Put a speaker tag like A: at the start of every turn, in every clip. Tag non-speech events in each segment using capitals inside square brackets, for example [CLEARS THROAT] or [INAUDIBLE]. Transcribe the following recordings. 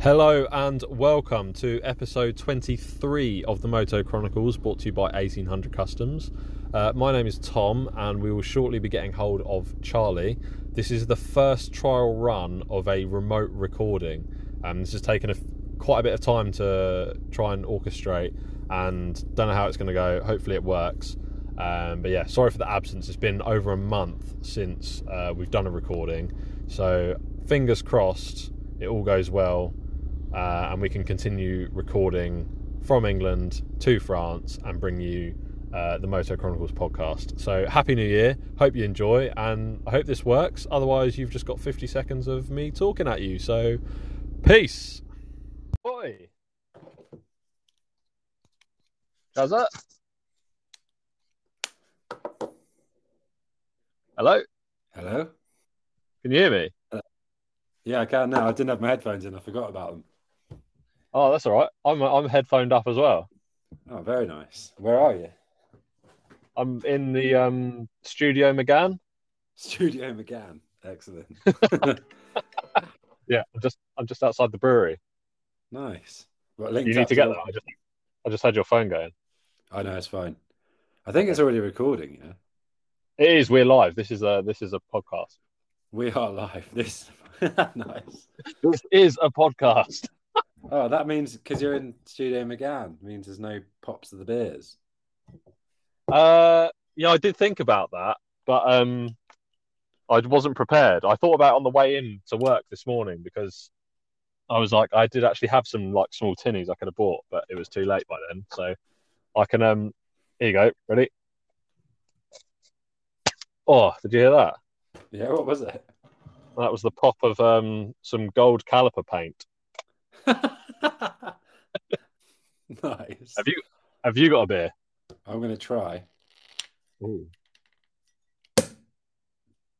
A: Hello and welcome to episode 23 of the Moto Chronicles, brought to you by 1800 Customs. Uh, my name is Tom, and we will shortly be getting hold of Charlie. This is the first trial run of a remote recording, and this has taken a, quite a bit of time to try and orchestrate. And don't know how it's going to go. Hopefully, it works. Um, but yeah, sorry for the absence. It's been over a month since uh, we've done a recording, so fingers crossed it all goes well uh, and we can continue recording from England to France and bring you uh, the Moto Chronicles podcast. So happy New Year! Hope you enjoy, and I hope this works. Otherwise, you've just got 50 seconds of me talking at you. So peace. Boy, how's that? Hello,
B: Hello?
A: can you hear me?
B: Yeah, I can now. I didn't have my headphones in. I forgot about them.
A: Oh, that's all right. I'm I'm headphoned up as well.
B: Oh, very nice. Where are you?
A: I'm in the um, studio McGann.
B: Studio McGann. [LAUGHS] Excellent.
A: Yeah, I'm just I'm just outside the brewery.
B: nice. Well,
A: You
B: linked
A: need
B: up
A: to get
B: your-
A: that. I just I just had your phone going.
B: I know, it's fine. I think it's already recording, yeah?
A: It is. We're live. This is a this is a podcast.
B: We are live. [LAUGHS] This nice.
A: This is a podcast.
B: Oh, that means because you're in Studio McGann means there's no pops of the beers.
A: Uh, yeah, I did think about that, but um, I wasn't prepared. I thought about it on the way in to work this morning because I was like, I did actually have some like small tinnies I could have bought, but it was too late by then. So I can um, here you go. Ready? Oh, did you hear that?
B: Yeah, what
A: [LAUGHS]
B: was it? [LAUGHS]
A: That was the pop of um some gold caliper paint.
B: nice.
A: Have you have you got a beer?
B: I'm gonna try.
A: Ooh.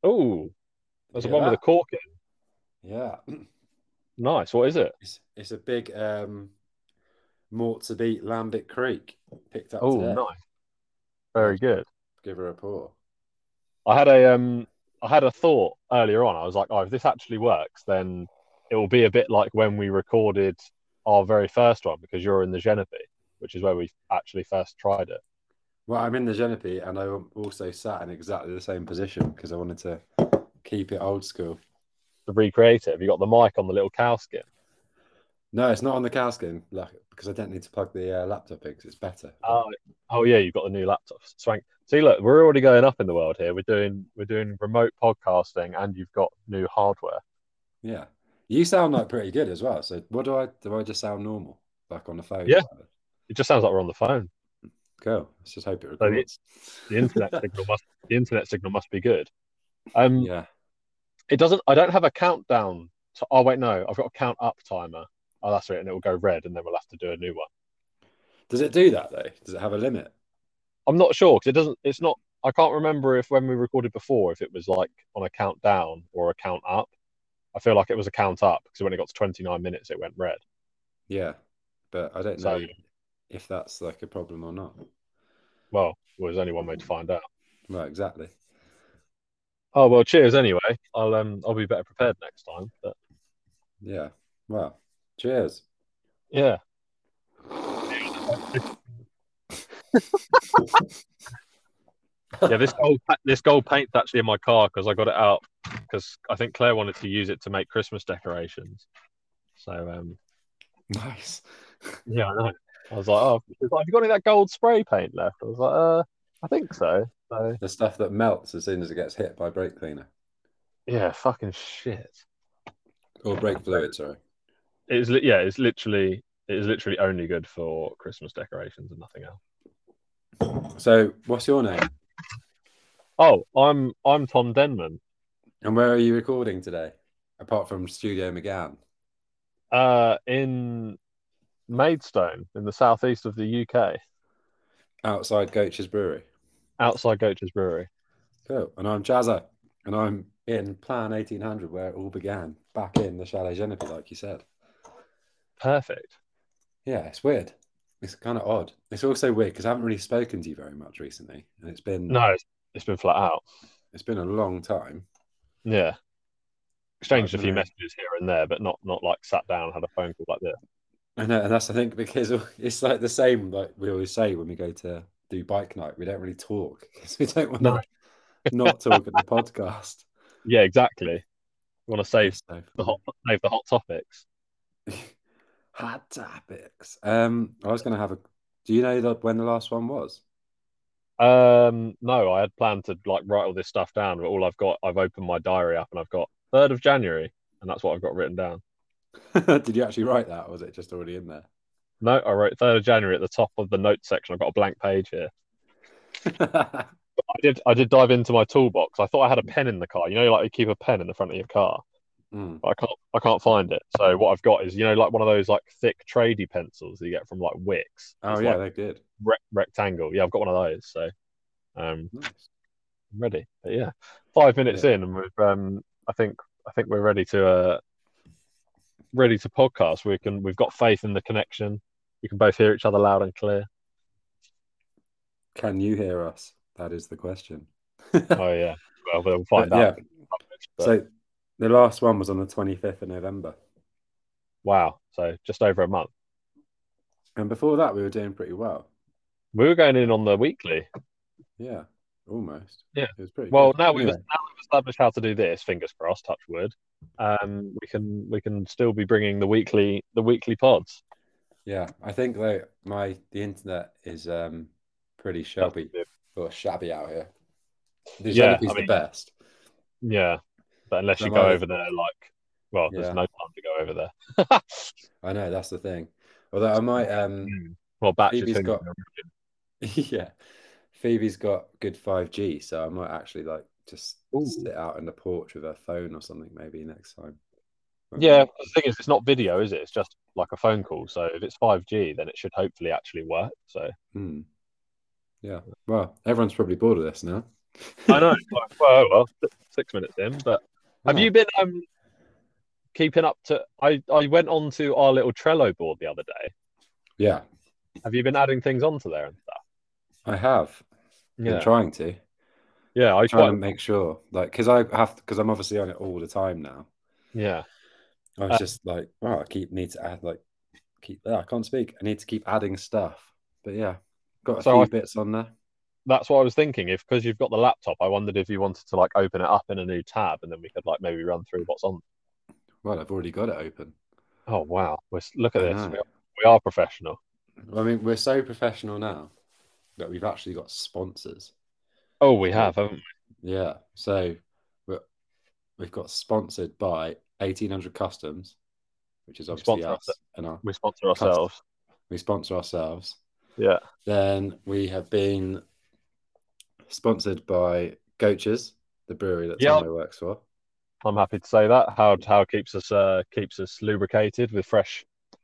A: Ooh. That's the
B: Yeah,
A: one with
B: that-
A: a cork in.
B: Yeah.
A: Nice. What is it?
B: It's, it's a big um mort to beat Lambert Creek picked up
A: Oh,
B: today.
A: nice. Very good.
B: Give her a pour.
A: I had a um I had a thought earlier on. I was like, oh, if this actually works, then it will be a bit like when we recorded our very first one because you're in the Genevieve, which is where we actually first tried it.
B: Well, I'm in the Genepi and I also sat in exactly the same position because I wanted to keep it old school.
A: To recreate it. Have you got the mic on the little cow skin?
B: No, it's not on the cowskin like, because I don't need to plug the uh, laptop in 'cause it's better.
A: Oh, oh yeah, you've got the new laptop. Swank. See, look, we're already going up in the world here. We're doing we're doing remote podcasting, and you've got new hardware.
B: Yeah. You sound like pretty good as well. So what do I do? I just sound normal, like on the phone.
A: Yeah. It just sounds like we're on the phone.
B: Cool. Let's just hope it
A: So you-
B: records.
A: The internet signal must the internet signal must be good. Um,
B: yeah.
A: it doesn't. I don't have a countdown. To, oh wait, no, I've got a count up timer. Oh, that's right, and it will go red, and then we'll have to do a new one.
B: Does it do that though? Does it have a limit?
A: I'm not sure because it doesn't. It's not. I can't remember if when we recorded before if it was like on a countdown or a count up. I feel like it was a count up because when it got to 29 minutes, it went red.
B: Yeah. But I don't
A: So-
B: know if that's like a problem or not.
A: Well, well, there's only one way to find out.
B: Well, exactly.
A: Oh well, cheers anyway. I'll um I'll be better prepared next time. But
B: Yeah. Well, cheers.
A: yeah, yeah. This gold pa- this gold paint's actually in my car because I got it out because I think Claire wanted to use it to make Christmas decorations. So um
B: nice.
A: yeah, I know. I was like, oh, she was like, have you got any of that gold spray paint left? I was like, uh, I think so. So
B: The stuff that melts as soon as it gets hit by brake cleaner
A: yeah, fucking shit.
B: or brake fluid, sorry.
A: It's li- yeah, it's literally it is literally only good for Christmas decorations and nothing else.
B: So, what's your name
A: Oh, I'm I'm Tom Denman.
B: and where are you recording today? Apart from Studio McGann.
A: Uh, in Maidstone, in the southeast of the UK,
B: outside Goach's Brewery.
A: outside Goach's Brewery.
B: Cool. And I'm Jazza, and I'm in Plan 1800, where it all began, back in the Chalet Genepi, like you said.
A: Perfect.
B: Yeah, it's weird. It's kind of odd. It's also weird because I haven't really spoken to you very much recently, and it's been
A: No, it's, it's been flat out.
B: it's been a long time.
A: Yeah. Exchanged a
B: Right,
A: few
B: yeah.
A: messages here and there, but not not like sat down and had a phone call like this.
B: I know, and that's I think because [LAUGHS] it's like the same like we always say when we go to do bike night, we don't really talk because we don't want
A: No.
B: to [LAUGHS] not talk at the podcast.
A: [LAUGHS] Yeah, exactly. You want to save
B: So, [LAUGHS]
A: the hot save the hot topics.
B: hot topics. Um, I was going to have a. Do you know that when the last one was? [LAUGHS]
A: Um, no, I had planned to like write all this stuff down, but all I've got, I've opened my diary up and I've got third of January, and that's what I've got written down.
B: Did you actually write that, or was it just already in there? [LAUGHS]
A: No, I wrote third of January at the top of the notes section. I've got a blank page here. I did I did dive into my toolbox. I thought I had a pen in the car. You know, like you keep a pen in the front of your car.
B: Mm,
A: But I can't I can't find it. So what I've got is, you know, like one of those like thick tradey pencils that you get from like Wix.
B: Oh
A: It's
B: yeah,
A: like
B: they did.
A: rec- rectangle. Yeah, I've got one of those. So um
B: Nice.
A: I'm ready. But yeah. Five minutes in and we've um I think I think we're ready to uh ready to podcast. We can we've got faith in the connection. We can both hear each other loud and clear.
B: [LAUGHS] Can you hear us? That is the question.
A: Oh yeah. Well we'll find
B: But,
A: out.
B: Uh, yeah.
A: But-
B: So the last one was on the 25th of November.
A: wow. So just over a month.
B: And before that, we were doing pretty well.
A: We were going in on the weekly.
B: Yeah, almost.
A: Yeah.
B: It was pretty
A: Well,
B: good.
A: now we've,
B: Anyway,
A: now we've established how to do this. Fingers crossed. Touch wood. Um, we can we can still be bringing the weekly the weekly pods.
B: Yeah, I think though my the internet is um pretty shabby or shabby out here. The
A: Yeah,
B: Zenobi's
A: I mean-
B: the best.
A: Yeah, but unless you
B: Am
A: go
B: I-
A: over there, like, well,
B: Yeah.
A: there's no time to go over
B: [LAUGHS]
A: there.
B: I know that's the thing. Although I might um [LAUGHS]
A: well, batches
B: Phoebe's
A: who-
B: got- yeah, Phoebe's got good five G, so I might actually like just
A: Ooh.
B: sit out on the porch with her phone or something maybe next time.
A: Yeah, the thing is, it's not video, is it? It's just like a phone call. So if it's 5G, then it should hopefully actually work. So
B: Hmm. Yeah. Well, everyone's probably bored of this now.
A: I
B: [LAUGHS]
A: know. well, well, well, six minutes in, but Have
B: Yeah.
A: you been um keeping up to? I I went on to our little Trello board the other day.
B: Yeah,
A: Have you been adding things onto there and stuff?
B: I have. Been
A: Yeah,
B: trying to.
A: yeah. I
B: trying to
A: quite,
B: make sure, like, because I have because I'm obviously on it all the time now.
A: yeah.
B: I was
A: Uh,
B: just like, oh, I keep need to add like keep. oh, I can't speak. I need to keep adding stuff. But yeah, got a
A: So
B: few
A: I-
B: bits on there.
A: That's what I was thinking. If because you've got the laptop, I wondered if you wanted to like open it up in a new tab, and then we could like maybe run through what's on.
B: Well, I've already got it open.
A: Oh wow! We're, s- look at
B: I
A: this.
B: know.
A: We are, we are professional.
B: I mean, we're so professional now that we've actually got sponsors.
A: Oh, we have, haven't we?
B: Yeah, so we're, we've got sponsored by 1800 Customs, which is obviously
A: Sponsor
B: us,
A: us.
B: and our,
A: We sponsor ourselves.
B: we sponsor ourselves.
A: Yeah.
B: Then we have been sponsored by Goaches, the brewery that
A: Yeah.
B: Tomo works for.
A: I'm happy to say that. How how it keeps us uh keeps us lubricated with fresh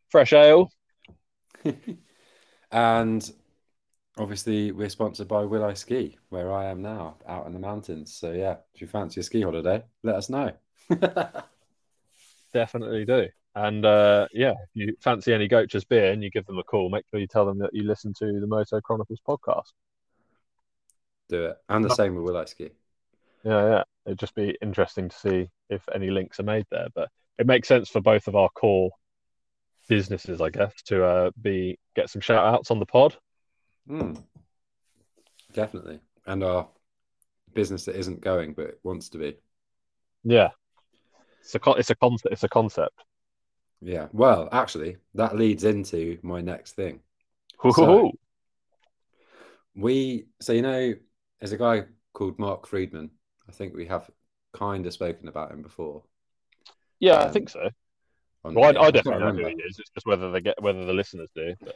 A: fresh ale.
B: and obviously, we're sponsored by Will I Ski, where I am now, out in the mountains. So, yeah, if you fancy a ski holiday, let us know.
A: Definitely do. And uh, yeah, if you fancy any Goacher's beer and you give them a call, make sure you tell them that you listen to the Moto Chronicles podcast.
B: Do it. And the same with Will I Ski.
A: Yeah, yeah. It'd just be interesting to see if any links are made there. But it makes sense for both of our core businesses, I guess, to uh, be get some shout outs on the pod.
B: Hmm. Definitely. And our business that isn't going but wants to be.
A: Yeah. It's a con- it's a concept it's a concept.
B: Yeah. Well, actually, that leads into my next thing.
A: Hoo-hoo-hoo.
B: We, so you know, there's a guy called Mark Friedman. I think we have kind of spoken about him before.
A: yeah, I
B: um,
A: think so.
B: on
A: Well, I,
B: here.
A: I
B: can't
A: definitely know who
B: remember.
A: he is. It's just whether they get whether the listeners do. But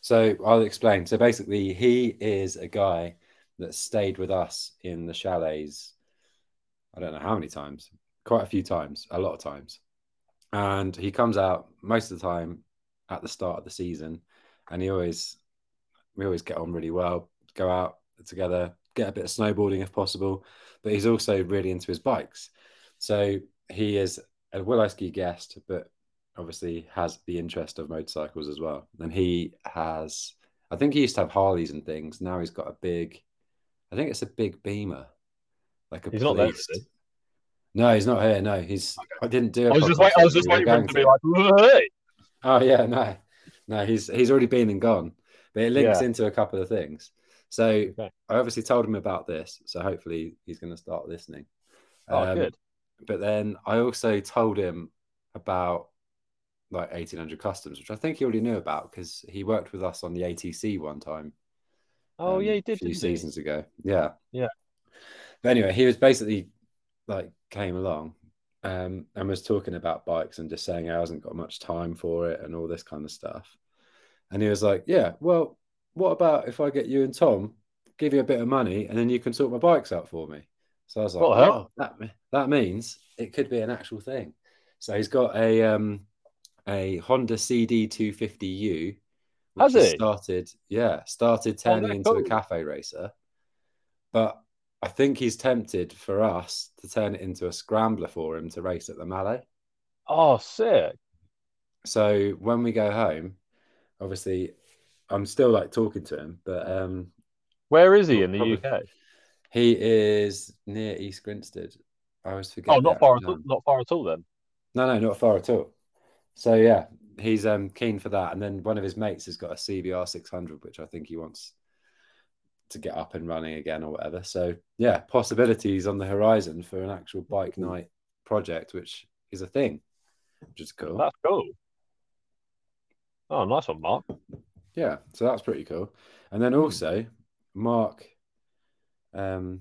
B: So I'll explain. So basically, he is a guy that stayed with us in the chalets. I don't know how many times, quite a few times, a lot of times. And he comes out most of the time at the start of the season, and he always, we always get on really well. Go out together, get a bit of snowboarding if possible, but he's also really into his bikes. So he is a Will I Ski guest, but obviously has the interest of motorcycles as well. And he has, I think he used to have Harleys and things. Now he's got a big, I think it's a big Beamer, like a
A: He's not there, is
B: policed- No, he's not here. No, he's. I didn't do. a
A: I was just
B: podcast
A: wait, I was
B: with
A: just
B: you. We were
A: waiting for him
B: going
A: to be like, "Hey!"
B: Oh yeah, no, no, he's he's already been and gone, but it links
A: Yeah.
B: into a couple of things. So
A: Okay.
B: I obviously told him about this, so hopefully he's going to start listening.
A: Oh,
B: Um,
A: good.
B: But then I also told him about like eighteen hundred customs, which I think he already knew about because he worked with us on the ATC one time
A: Oh
B: um,
A: yeah, he did.
B: a few
A: didn't he?
B: seasons ago. Yeah,
A: Yeah.
B: But anyway, he was basically like came along um, and was talking about bikes and just saying I hasn't got much time for it and all this kind of stuff. And he was like, "Yeah, well, what about if I get you and Tom, give you a bit of money, and then you can sort my bikes out for me?" So I was like,
A: What the hell?
B: "Oh, that me- that means it could be an actual thing." So he's got a um, a Honda CD 250U.
A: Has
B: which
A: he?
B: started? Yeah, started
A: Oh,
B: turning
A: they're
B: into a
A: cool.
B: cafe racer. But I think he's tempted for us to turn it into a scrambler for him to race at the Mallet.
A: Oh, sick.
B: So when we go home, obviously, I'm still like talking to him, but um,
A: Where is he in the
B: Probably.
A: UK?
B: he is near East Grinstead. I always forget.
A: Oh,
B: the
A: not far, at
B: actual
A: all,
B: town.
A: not far at all then.
B: No, no, not far at all. So yeah, he's um keen for that. And then one of his mates has got a CBR 600, which I think he wants to get up and running again or whatever. So yeah, possibilities on the horizon for an actual bike night project, which is a thing, which is cool.
A: That's cool. Oh, nice one, Mark.
B: Yeah, so that's pretty cool. And then also, Mark um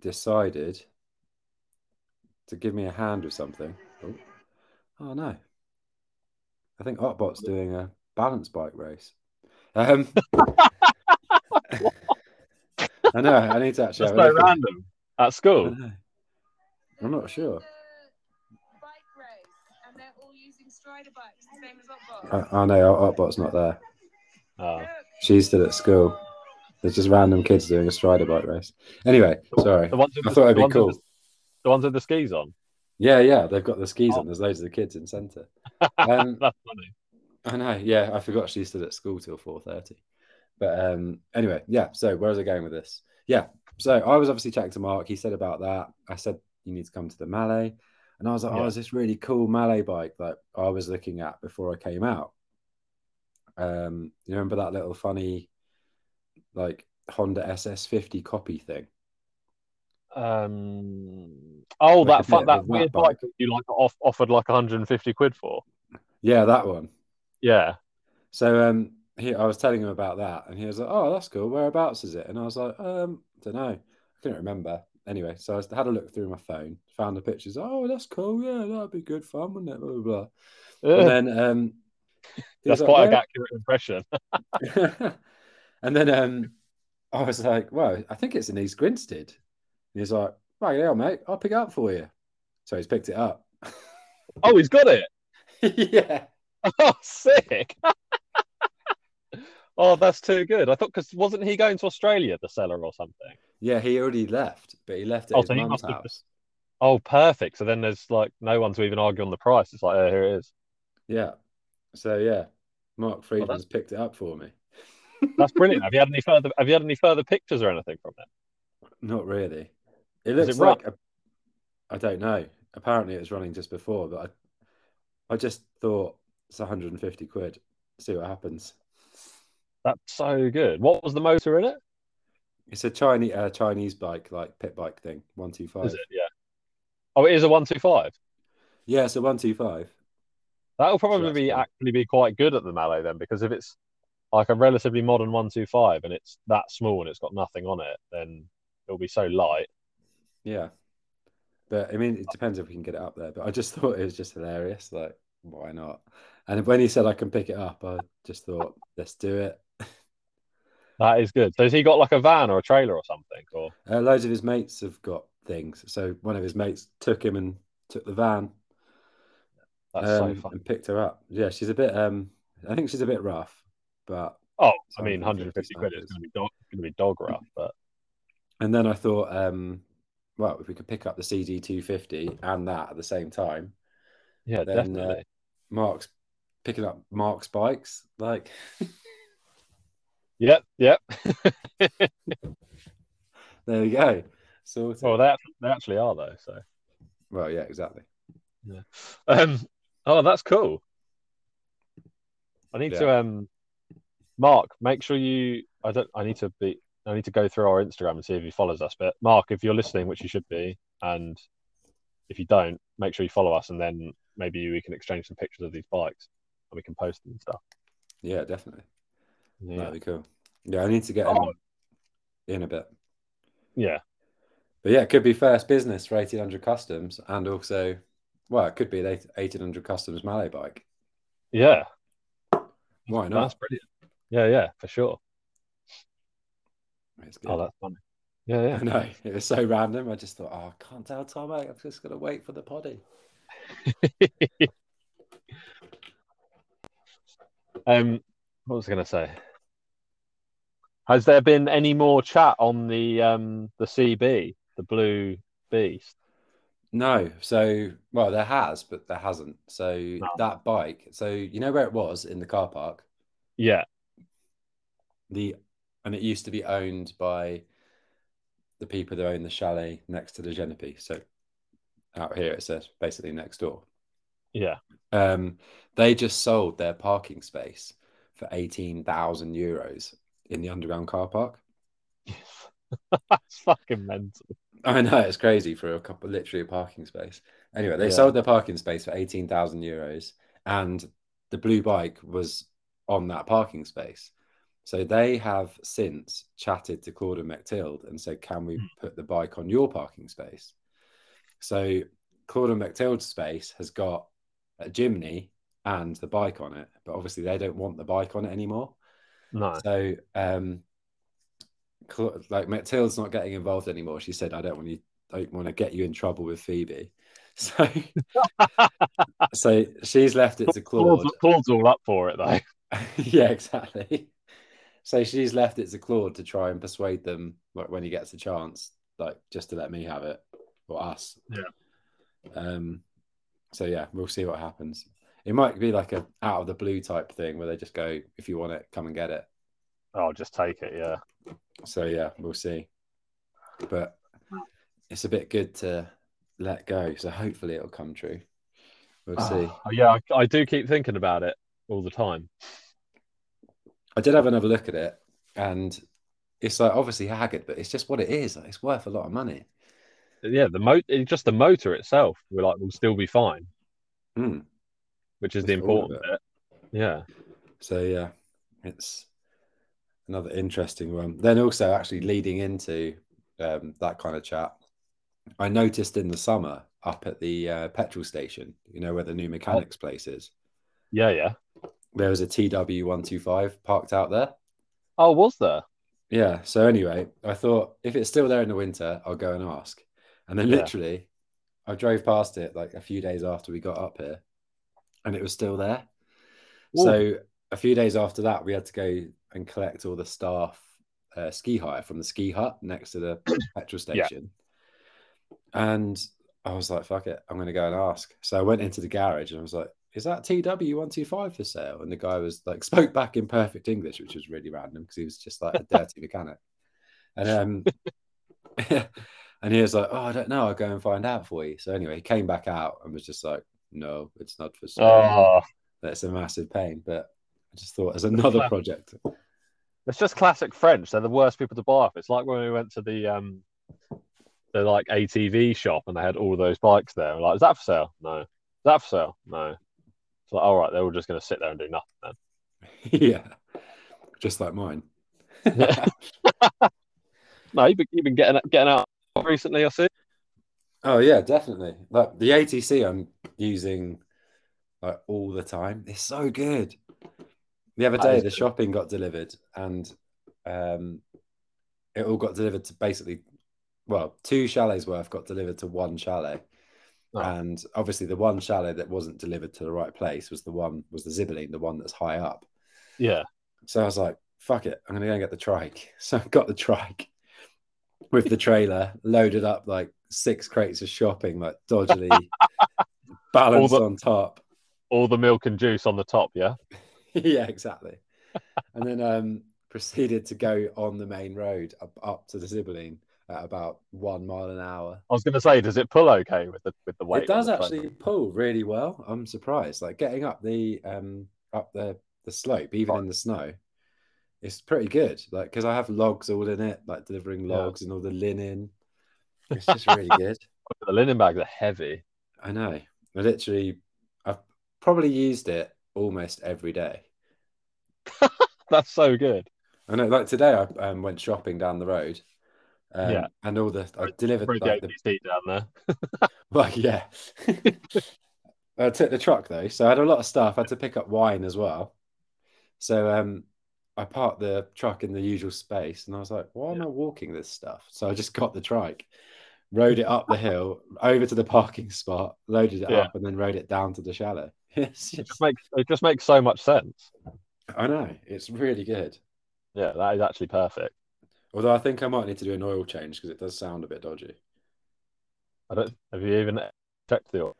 B: decided to give me a hand with something. Oh, oh no. I think Otbot's doing a balance bike race. Um [LAUGHS] I know, I need to actually
A: Just
B: have a
A: so
B: look at-
A: random at school.
B: I know. I'm not sure.
C: Bike race, and they're all using Strider bikes, the same as Otbot.
B: I, I know Otbot's not there. Ah.
A: Oh.
B: She's still at school. There's just random kids doing a strider bike race. Anyway, sorry.
A: The ones with
B: I
A: the-
B: thought
A: the
B: it'd be
A: ones with
B: cool.
A: The, the ones with the skis on.
B: Yeah, yeah, they've got the skis
A: Oh.
B: on. There's loads of the kids
A: [LAUGHS]
B: in centre. Um,
A: That's funny.
B: I know. Yeah, I forgot she stood at school till four thirty. But um, anyway, yeah. So where was I going with this? Yeah. So I was obviously chatting to Mark. He said about that. I said you need to come to the Malay, and I was like,
A: Yeah.
B: oh, is this really cool Malay bike that I was looking at before I came out? Um, you remember that little funny, like Honda SS50 copy thing?
A: Um, oh, that
B: Like a
A: fu-
B: bit of
A: that
B: a
A: weird
B: rat bike.
A: bike that you like off- offered like 150 quid for.
B: Yeah, that one.
A: Yeah.
B: So um, he, I was telling him about that, and he was like, "Oh, that's cool. Whereabouts is it?" And I was like, "Um, don't know. I couldn't remember." Anyway, so I s- had a look through my phone, found the pictures. Oh, that's cool. Yeah, that'd be good fun, wouldn't it? Blah blah. blah. And
A: Ugh,
B: then um, he was
A: That's
B: like,
A: quite an
B: "Where-
A: accurate impression. [LAUGHS]
B: [LAUGHS] and then um, I was like, "Well, I think it's in East Grinstead." And he's like, "Right, yeah, mate. I'll pick it up for you." So he's picked it up. [LAUGHS]
A: Oh, he's got it. [LAUGHS]
B: yeah.
A: Oh, sick. [LAUGHS] oh, that's too good. I thought because wasn't he going to Australia, the seller or something?
B: Yeah, he already left, but he left at
A: Oh,
B: his
A: so he
B: mum's
A: must have
B: house.
A: just- Oh, perfect. So then there's like no one to even argue on the price. It's like, oh, here it is.
B: Yeah. So yeah, Mark
A: that's-
B: Friedman's picked it up for me.
A: That's brilliant. have you had any further? Have you had any further pictures or anything from it?
B: Not really. It
A: Does
B: looks
A: it run?
B: like a, I don't know. Apparently, it was running just before, but I, I just thought it's 150 quid. See what happens.
A: That's so good. What was the motor in it?
B: It's a Chinese uh, Chinese bike, like pit bike thing. One two
A: Is
B: five.
A: it? Yeah. Oh, it is a one two five.
B: Yeah, it's a one two five.
A: That'll probably
B: that's
A: be
B: cool.
A: actually be quite good at the Mallow then, because if it's like a relatively modern one two five and it's that small and it's got nothing on it, then it'll be so light.
B: Yeah. But I mean, it depends if we can get it up there. But I just [LAUGHS] thought it was just hilarious. Like, why not? And when he said I can pick it up, I just thought, let's do it.
A: That is good. So has he got like a van or a trailer or something? Or
B: Uh, loads of his mates have got things. So one of his mates took him and took the van
A: that's
B: um,
A: so fun.
B: and picked her up. Yeah, she's a bit. Um, I think she's a bit rough, but
A: Oh, I mean, 150
B: 150
A: quid is
B: standards.
A: going to be dog, going to be dog rough, but
B: and then I thought, um, well, if we could pick up the CD two fifty and that at the same time,
A: yeah,
B: Then, uh,
A: definitely.
B: Mark's picking up Mark's bikes. Like,
A: Yep, yep.
B: there you go. So
A: Oh. Well, they, act- they actually are though. So
B: Well, yeah, exactly.
A: Um, oh, that's cool. I need to um, Mark, make sure you. I don't. I need to be. I need to go through our Instagram and see if he follows us. But Mark, if you're listening, which you should be, and if you don't, make sure you follow us, and then maybe we can exchange some pictures of these bikes, and we can post them and stuff.
B: Yeah, definitely.
A: Yeah.
B: That'd be cool. Yeah, I need to get him
A: Oh.
B: in a bit.
A: Yeah.
B: But yeah, it could be first business for 1800 customs and also, well, it could be an 1800 customs Malay bike.
A: Yeah.
B: Why
A: That's
B: not?
A: brilliant. Yeah. Yeah. For sure.
B: It's
A: Oh, that's funny. Yeah. Yeah.
B: I know. It was so random. I just thought, oh, I can't tell Tom. I'm just going to wait for the potty.
A: Um, what was I going to say? Has there been any more chat on the um the CB, the Blue Beast?
B: No. So, well, there has, but there hasn't. So that bike, so you know where it was in the car park?
A: Yeah,
B: The And it used to be owned by the people that own the chalet next to the Genepi. So out here, it says basically next door.
A: yeah. [LAUGHS]
B: Um, they just sold their parking space for 18,000 euros in the underground car park.
A: That's fucking mental.
B: I know it's crazy for a couple, literally a parking space. Anyway, they
A: Yeah.
B: sold their parking space for 18,000 euros, and the blue bike was on that parking space. So they have since chatted to Claude and McTild and said, Can we put the bike on your parking space? So Claude and McTild's space has got a chimney and the bike on it, but obviously they don't want the bike on it anymore.
A: No,
B: So, um, Cl- like Matilda's not getting involved anymore. She said, "I don't want you. I don't want to get you in trouble with Phoebe." [LAUGHS] So, so she's left it to Claude.
A: Claude's, Claude's all up for it though. [LAUGHS]
B: [LAUGHS] yeah, exactly. So she's left it to Claude to try and persuade them, like when he gets a chance, like just to let me have it or us. Yeah. Um. So yeah, we'll see what happens. It might be like a out of the blue type thing where they just go, "If you want it, come and get it."
A: I'll just take it. Yeah,
B: So yeah, we'll see. But it's a bit good to let go. So hopefully it'll come true. We'll see.
A: Oh, yeah. I, I do keep thinking about it all the time.
B: I did have another look at it, and it's like obviously haggard, but it's just what it is. Like, it's worth a lot of money.
A: Yeah, the mo- it's just the motor itself. We're like, we'll still be fine,
B: Hmm.
A: which is the
B: That's all of
A: important bit. Yeah,
B: So yeah, it's another interesting one. Then also actually leading into um, that kind of chat, I noticed in the summer up at the uh, petrol station, you know where the new mechanics place is,
A: yeah, yeah.
B: there was a TW one two five parked out there.
A: Oh, was there?
B: Yeah. So anyway, I thought if it's still there in the winter, I'll go and ask. And then
A: Yeah.
B: literally, I drove past it like a few days after we got up here, and it was still there.
A: Ooh.
B: So a few days after that, we had to go and collect all the staff uh, ski hire from the ski hut next
A: [COUGHS]
B: to the petrol
A: Yeah.
B: station. And I was like, "Fuck it, I'm going to go and ask." So I went into the garage and I was like, "Is that TW one two five for sale?" And the guy was like, spoke back in perfect English, which was really random because he was just like a
A: [LAUGHS]
B: dirty mechanic. And um, [LAUGHS] and he was like, "Oh, I don't know. I'll go and find out for you." So anyway, he came back out and was just like, "No, it's not for sale."
A: Oh,
B: that's a massive pain. But I just thought as another project. [LAUGHS]
A: It's just classic French. They're the worst people to buy off. It's like when we went to the um the like ATV shop and they had all those bikes there. We're like, is that for sale? No. Is that for sale? No. It's like, all right, they're all just gonna sit there and do nothing then.
B: yeah, just like mine.
A: No, you've been, you've been getting getting out recently, I see.
B: Oh yeah, definitely. Like the ATC, I'm using like all the time. It's so good. The other
A: That
B: day,
A: is
B: the
A: good.
B: shopping got delivered, and um, it all got delivered to basically, well, two chalets worth got delivered to one chalet,
A: Oh.
B: and obviously the one chalet that wasn't delivered to the right place was the one was the Zibeline, the one that's high up.
A: Yeah.
B: So I was like, fuck it, I'm gonna go and get the trike. [LAUGHS] So I got the trike with the trailer, loaded up like six crates of shopping, like dodgily
A: [LAUGHS]
B: balanced
A: All the-
B: on top. [LAUGHS]
A: All the milk and juice on the top, yeah.
B: yeah, exactly. And then um proceeded to go on the main road up, up to the Zibeline at about one mile an hour.
A: I was going to say, does it pull okay with the with the weight?
B: it does
A: on the front?
B: actually pull really well. I'm surprised. Like getting up the um up the the slope, even in the snow, it's pretty good. Like because I have logs all in it, like delivering
A: Yeah.
B: logs and all the linen. It's just
A: [LAUGHS]
B: really good.
A: The linen bags are heavy.
B: I know. I literally, I've probably used it almost every day.
A: That's so good.
B: I know. Like today, I um, went shopping down the road. Um,
A: Yeah.
B: And all the I delivered
A: Pretty
B: like,
A: like
B: the
A: down there.
B: Well, yeah. [LAUGHS] I took the truck though, so I had a lot of stuff. I had to pick up wine as well. So um, I parked the truck in the usual space, and I was like, "Why am I walking this stuff?" So I just got the trike, rode it up the hill, over to the parking spot, loaded it
A: Yeah.
B: up, and then rode it down to the shallow. [LAUGHS] It's
A: It
B: just,
A: just makes it just makes so much sense.
B: I know it's really good.
A: Yeah, that is actually perfect.
B: Although I think I might need to do an oil change because it does sound a bit dodgy.
A: I don't have you even checked the oil?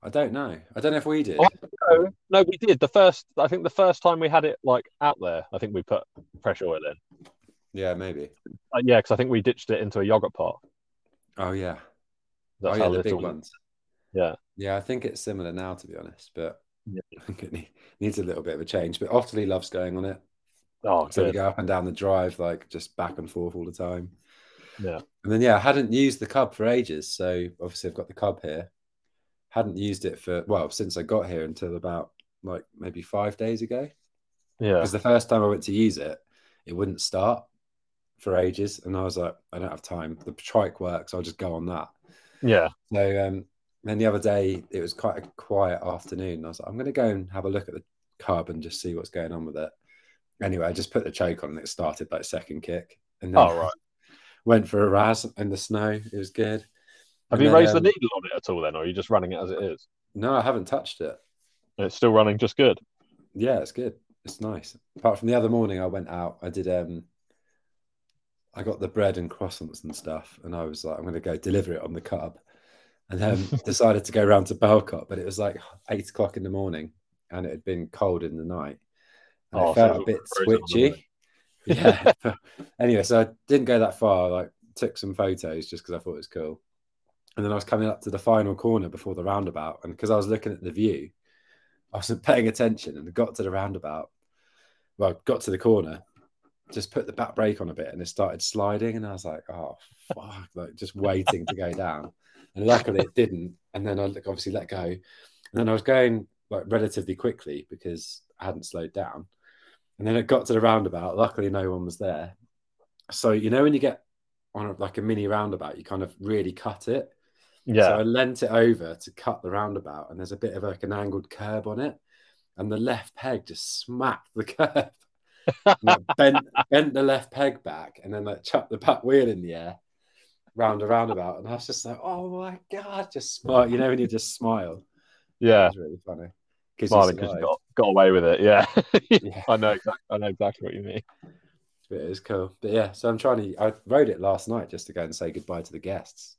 B: I don't know. I don't know if we did.
A: Oh, No, no, we did the first. I think the first time we had it like out there, I think we put fresh oil in.
B: Yeah, maybe.
A: Uh, yeah, because I think we ditched it into a yogurt pot.
B: Oh yeah.
A: That's
B: oh yeah,
A: how
B: the big
A: little.
B: ones.
A: Yeah.
B: Yeah, I think it's similar now, to be honest, but
A: Yeah.
B: [LAUGHS] I think it need- needs a little bit of a change. But Offaly loves going on it.
A: Oh,
B: So we
A: good.
B: go up and down the drive, like just back and forth all the time.
A: Yeah.
B: And then, yeah, I hadn't used the cub for ages. So obviously, I've got the cub here. Hadn't used it for, well, since I got here until about like maybe five days ago.
A: Yeah,
B: Because the first time I went to use it, it wouldn't start for ages. And I was like, I don't have time. The trike works. I'll just go on that.
A: yeah.
B: So um, then the other day, it was quite a quiet afternoon. and I was like, I'm going to go and have a look at the cub and just see what's going on with it. Anyway, I just put the choke on and it started like second kick. And then
A: Oh, right.
B: went for a raz in the snow. It was good.
A: Have
B: And
A: you
B: then,
A: raised the
B: um,
A: needle on it at all then, or are you just running it as it is?
B: No, I haven't touched it.
A: And it's still running just good.
B: Yeah, it's good. It's nice. Apart from the other morning, I went out. I did. um I got the bread and croissants and stuff, and I was like, I'm going to go deliver it on the cub,
A: [LAUGHS]
B: and um, decided to go round to Belcott. But it was like eight o'clock in the morning, and it had been cold in the night, and
A: Oh, so
B: it felt a
A: it's
B: bit
A: frozen on the
B: switchy. [LAUGHS] yeah. anyway, so I didn't go that far. Like, took some photos just because I thought it was cool, and then I was coming up to the final corner before the roundabout, and because I was looking at the view, I wasn't [LAUGHS] paying attention and got to the roundabout. Well, got to the corner, just put the back brake on a bit, and it started sliding. And I was like, "Oh fuck!" Like just waiting to go down. And luckily, it didn't. And then I like, obviously let go. And then I was going like relatively quickly because I hadn't slowed down. And then it got to the roundabout. Luckily, no one was there. So you know when you get on a, like a mini roundabout, you kind of really cut it. So
A: Yeah.
B: I leant it over to cut the roundabout, and there's a bit of like an angled curb on it, and the left peg just smacked the [LAUGHS] curb. And I bent, bent the left peg back, and then like chucked the back wheel in the air round a roundabout, and I was just like, "Oh my god!" Just smile, you know, when you just smile.
A: yeah.
B: It's really funny because
A: Smiling because you got, got away with it. Yeah. [LAUGHS]
B: Yeah.
A: I know exactly, I know exactly what you mean. [LAUGHS]
B: But it was cool. But yeah, so I'm trying to. I rode it last night just to go and say goodbye to the guests.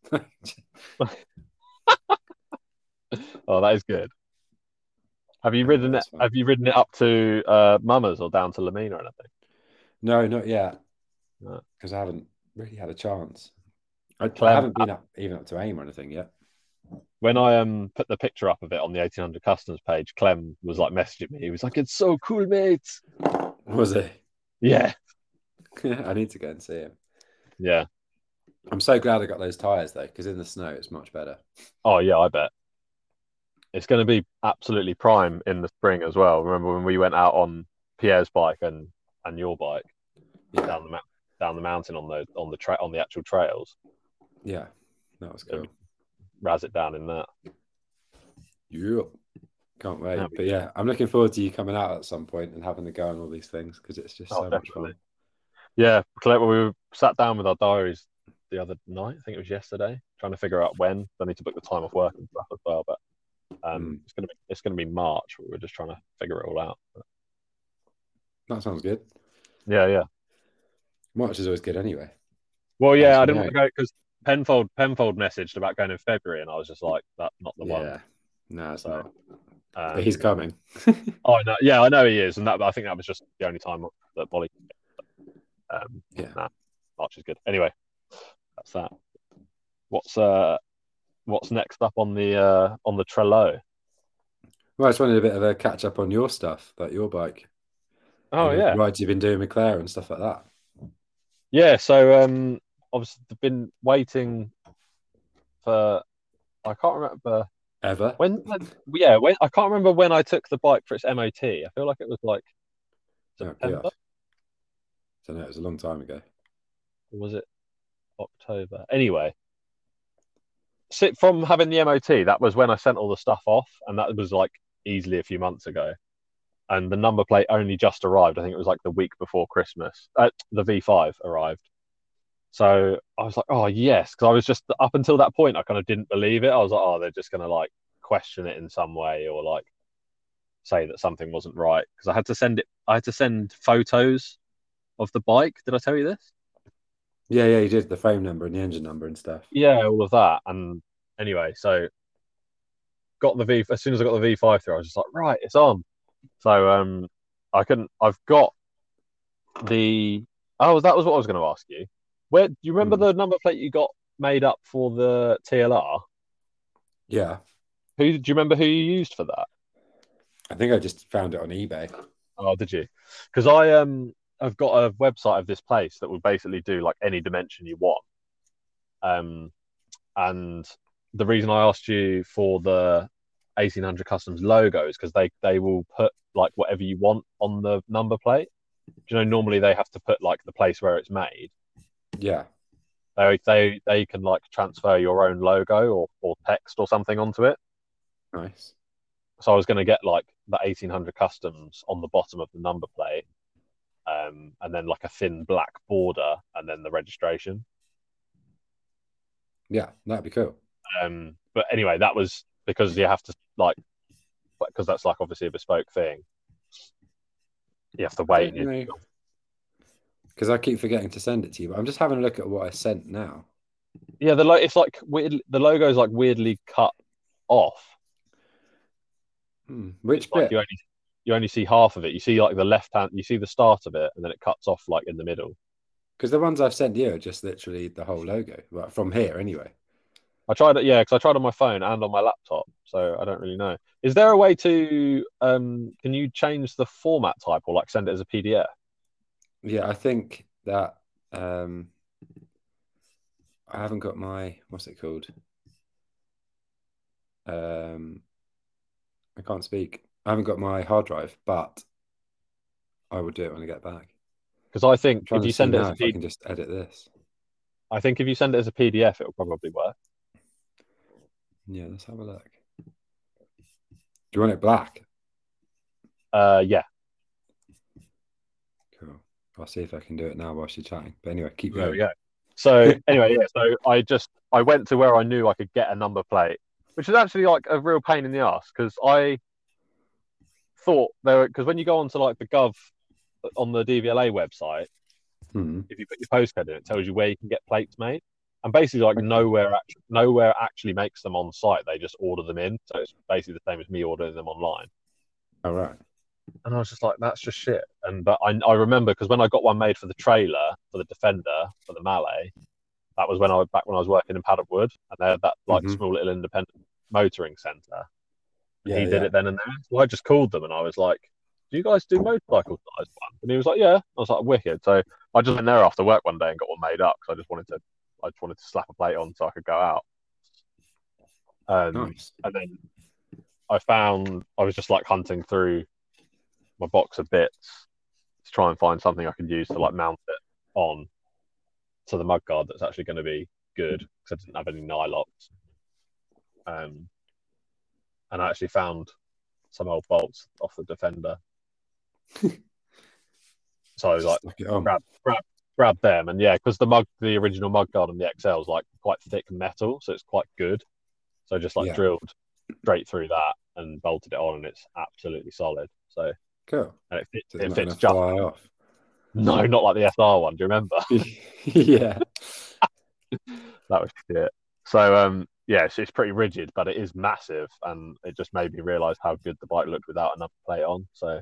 A: Oh, that is good. Have you ridden it
B: that's fine.
A: have you ridden it up to uh Mama's or down to Lamina or anything?
B: No, not yet.
A: No.
B: Because I haven't really had a chance. I, I
A: Clem-
B: haven't been up even up to aim or anything yet. [LAUGHS]
A: When I um put the picture up of it on the eighteen hundred customs page, Clem was like messaging me. He was like, It's so cool, mate.
B: Was it? [LAUGHS]
A: Yeah.
B: I need to go and see him.
A: Yeah.
B: I'm so glad I got those tires though, because in the snow it's much better.
A: Oh yeah, I bet. It's going to be absolutely prime in the spring as well. Remember when we went out on Pierre's bike and and your bike
B: Yeah,
A: down the mou- down the mountain on the on the tra- on the actual trails,
B: yeah, that was cool.
A: razz it down in that.
B: Yeah. Can't wait.
A: That'd be
B: But yeah, I'm looking forward to you coming out at some point and having a go on all these things because it's just
A: Oh,
B: so much
A: definitely.
B: fun.
A: Yeah, Colette, we were sat down with our diaries the other night. I think it was yesterday, trying to figure out when. I need to book the time off work and stuff as well. But
B: Hmm.
A: um, it's gonna be it's gonna be March. We're just trying to figure it all out. But-
B: That sounds good.
A: yeah, yeah.
B: March is always good anyway.
A: Well, yeah, I
B: Actually,
A: didn't want to go because Penfold Penfold messaged about going in February, and I was just like, that's not the one.
B: yeah. No, it's
A: So,
B: not.
A: Um,
B: But he's coming.
A: oh, no, yeah, I know he is, and that I think that was just the only time that Molly. Um,
B: Yeah.
A: nah, March is good. Anyway, that? What's uh, what's next up on the uh, on the Trello?
B: Well, I just wanted a bit of a catch up on your stuff, like your bike.
A: Oh
B: and the
A: yeah,
B: rides you've been doing with Claire and stuff like that.
A: Yeah, so um, obviously they've been waiting for. I can't remember
B: Ever?
A: when. Yeah, when I can't remember when I took the bike for its MOT. I feel like it was like
B: Oh,
A: September
B: God. So no, it was a long time ago.
A: or was it October? Anyway, sit from having the MOT. That was when I sent all the stuff off, and that was like easily a few months ago. And the number plate only just arrived. I think it was like the week before Christmas. Uh, the V5 arrived. So I was like, oh, yes. Because I was just, up until that point, I kind of didn't believe it. I was like, oh, they're just going to like question it in some way or like say that something wasn't right. Because I had to send it, I had to send photos of the bike. Did I tell you this?
B: Yeah, yeah, you did the frame number and the engine number and stuff.
A: yeah, all of that. And anyway, so got the V as soon as I got the V5 through, I was just like, right, it's on. So um, I couldn't. I've got the. Oh, that was what I was going to ask you. Where do you remember
B: Hmm.
A: the number plate you got made up for the TLR?
B: Yeah,
A: Who do you remember who you used for that?
B: I think I just found it on eBay.
A: Oh, did you? Because I um I've got a website of this place that will basically do like any dimension you want. Um, and the reason I asked you for the eighteen hundred customs logo is because they they will put like whatever you want on the number plate. Do you know normally they have to put like the place where it's made.
B: Yeah,
A: They they they can like transfer your own logo or or text or something onto it.
B: nice.
A: so I was going to get like the 1800 customs on the bottom of the number plate, um, and then like a thin black border, and then the registration.
B: Yeah, that'd be cool.
A: Um, but anyway, that was because you have to like because that's like obviously a bespoke thing. You have to wait. and you-
B: Because I keep forgetting to send it to you, but I'm just having a look at what I sent now.
A: Yeah, the lo- it's like weird. The logo is like weirdly cut off.
B: Hmm. Which
A: It's like
B: bit?
A: you only you only see half of it. You see like the left hand. You see the start of it, and then it cuts off like in the middle.
B: Because the ones I've sent you are just literally the whole logo, but from here anyway.
A: I tried it, yeah, because I tried on my phone and on my laptop, so I don't really know. Is there a way to um can you change the format type or like send it as a PDF?
B: Yeah, I think that um I haven't got my what's it called? Um I can't speak. I haven't got my hard drive, but I will do it when I get back.
A: Because I think
B: Trying
A: if
B: to
A: you
B: see
A: send it as
B: now
A: a
B: if I
A: P-
B: can just edit this.
A: I think if you send it as a PDF, it'll probably work.
B: Yeah, let's have a look. Do you want it black?
A: Uh, yeah,
B: Cool. I'll see if I can do it now while she's chatting. But anyway, keep
A: there we
B: going.
A: go. So [LAUGHS] anyway, yeah, so I just I went to where I knew I could get a number plate, which is actually like a real pain in the ass because I thought there because when you go onto like the Gov uh, on the DVLA website.
B: Hmm.
A: if you put your postcode in, it tells you where you can get plates made. And basically, like nowhere, act- nowhere actually makes them on site. They just order them in. So it's basically the same as me ordering them online.
B: All right.
A: And I was just like, that's just shit. And but I, I remember because when I got one made for the trailer, for the Defender, for the Malay, that was when I was back when I was working in Paddock Wood, and they had that like
B: Mhm.
A: small little independent motoring centre. And
B: Yeah,
A: he
B: yeah.
A: did it then and there. So I just called them and I was like, Do you guys do motorcycle size ones? And he was like, Yeah. I was like, Wicked. So I just went there after work one day and got one made up because I just wanted to I just wanted to slap a plate on so I could go out. Um,
B: Nice.
A: and then I found I was just like hunting through my box of bits to try and find something I could use to like mount it on to the mud guard that's actually going to be good because I didn't have any nylocks. Um, and I actually found some old bolts off the defender. so I was like,
B: Stuck it on.
A: grab grab them and yeah because the mug the original mug guard on the xl is like quite thick metal so it's quite good so I just like
B: Yeah.
A: drilled straight through that and bolted it on and it's absolutely solid so
B: Cool.
A: and it, fit,
B: So they're
A: it
B: not
A: fits
B: gonna
A: just
B: fly off.
A: no not like the sr one do you remember
B: yeah.
A: [LAUGHS] that was shit so um yeah it's, it's pretty rigid but it is massive and it just made me realize how good the bike looked without another plate on so i'm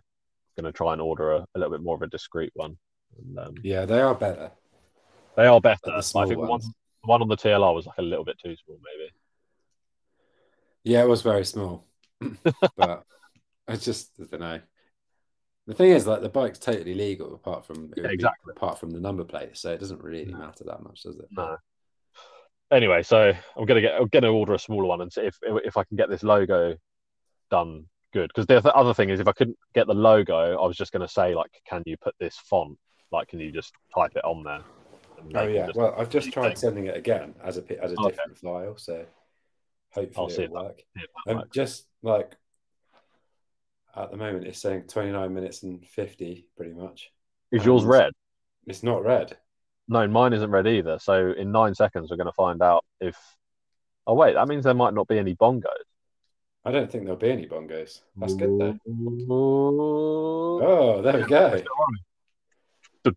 A: gonna try and order a, a little bit more of a discreet one and, um,
B: Yeah, they are better.
A: they are better
B: Like the
A: i
B: small
A: think the one
B: ones.
A: The one on the TLR was like a little bit too small, maybe.
B: Yeah, it was
A: [LAUGHS]
B: very small, but I just I don't know. The thing is, like the bike's totally legal apart from it would be-
A: exactly.
B: apart from the number plate, so it doesn't really matter that much, does it? Oh,
A: No. Anyway, so I'm gonna get I'm gonna order a smaller one and see if if I can get this logo done good. Because the other- other thing is, if I couldn't get the logo, I was just gonna say like, can you put this font? Like, can you just type it on there? And
B: Oh
A: they can
B: yeah.
A: just-
B: Well, I've just
A: you
B: tried
A: think?
B: sending it again as a pi- as a
A: Okay.
B: different file, so
A: I'll
B: hopefully
A: see
B: it'll
A: if that-
B: work.
A: yeah, that
B: I'm
A: works.
B: just like at the moment, it's saying 29 minutes and 50, pretty much.
A: Is
B: um,
A: yours red?
B: It's not red.
A: No, mine isn't red either. So in nine seconds, we're going to find out if. Oh wait, that means there might not be any bongos.
B: I don't think there'll be any bongos. That's good though.
A: though.
B: Oh, there
A: [LAUGHS]
B: we go.
A: There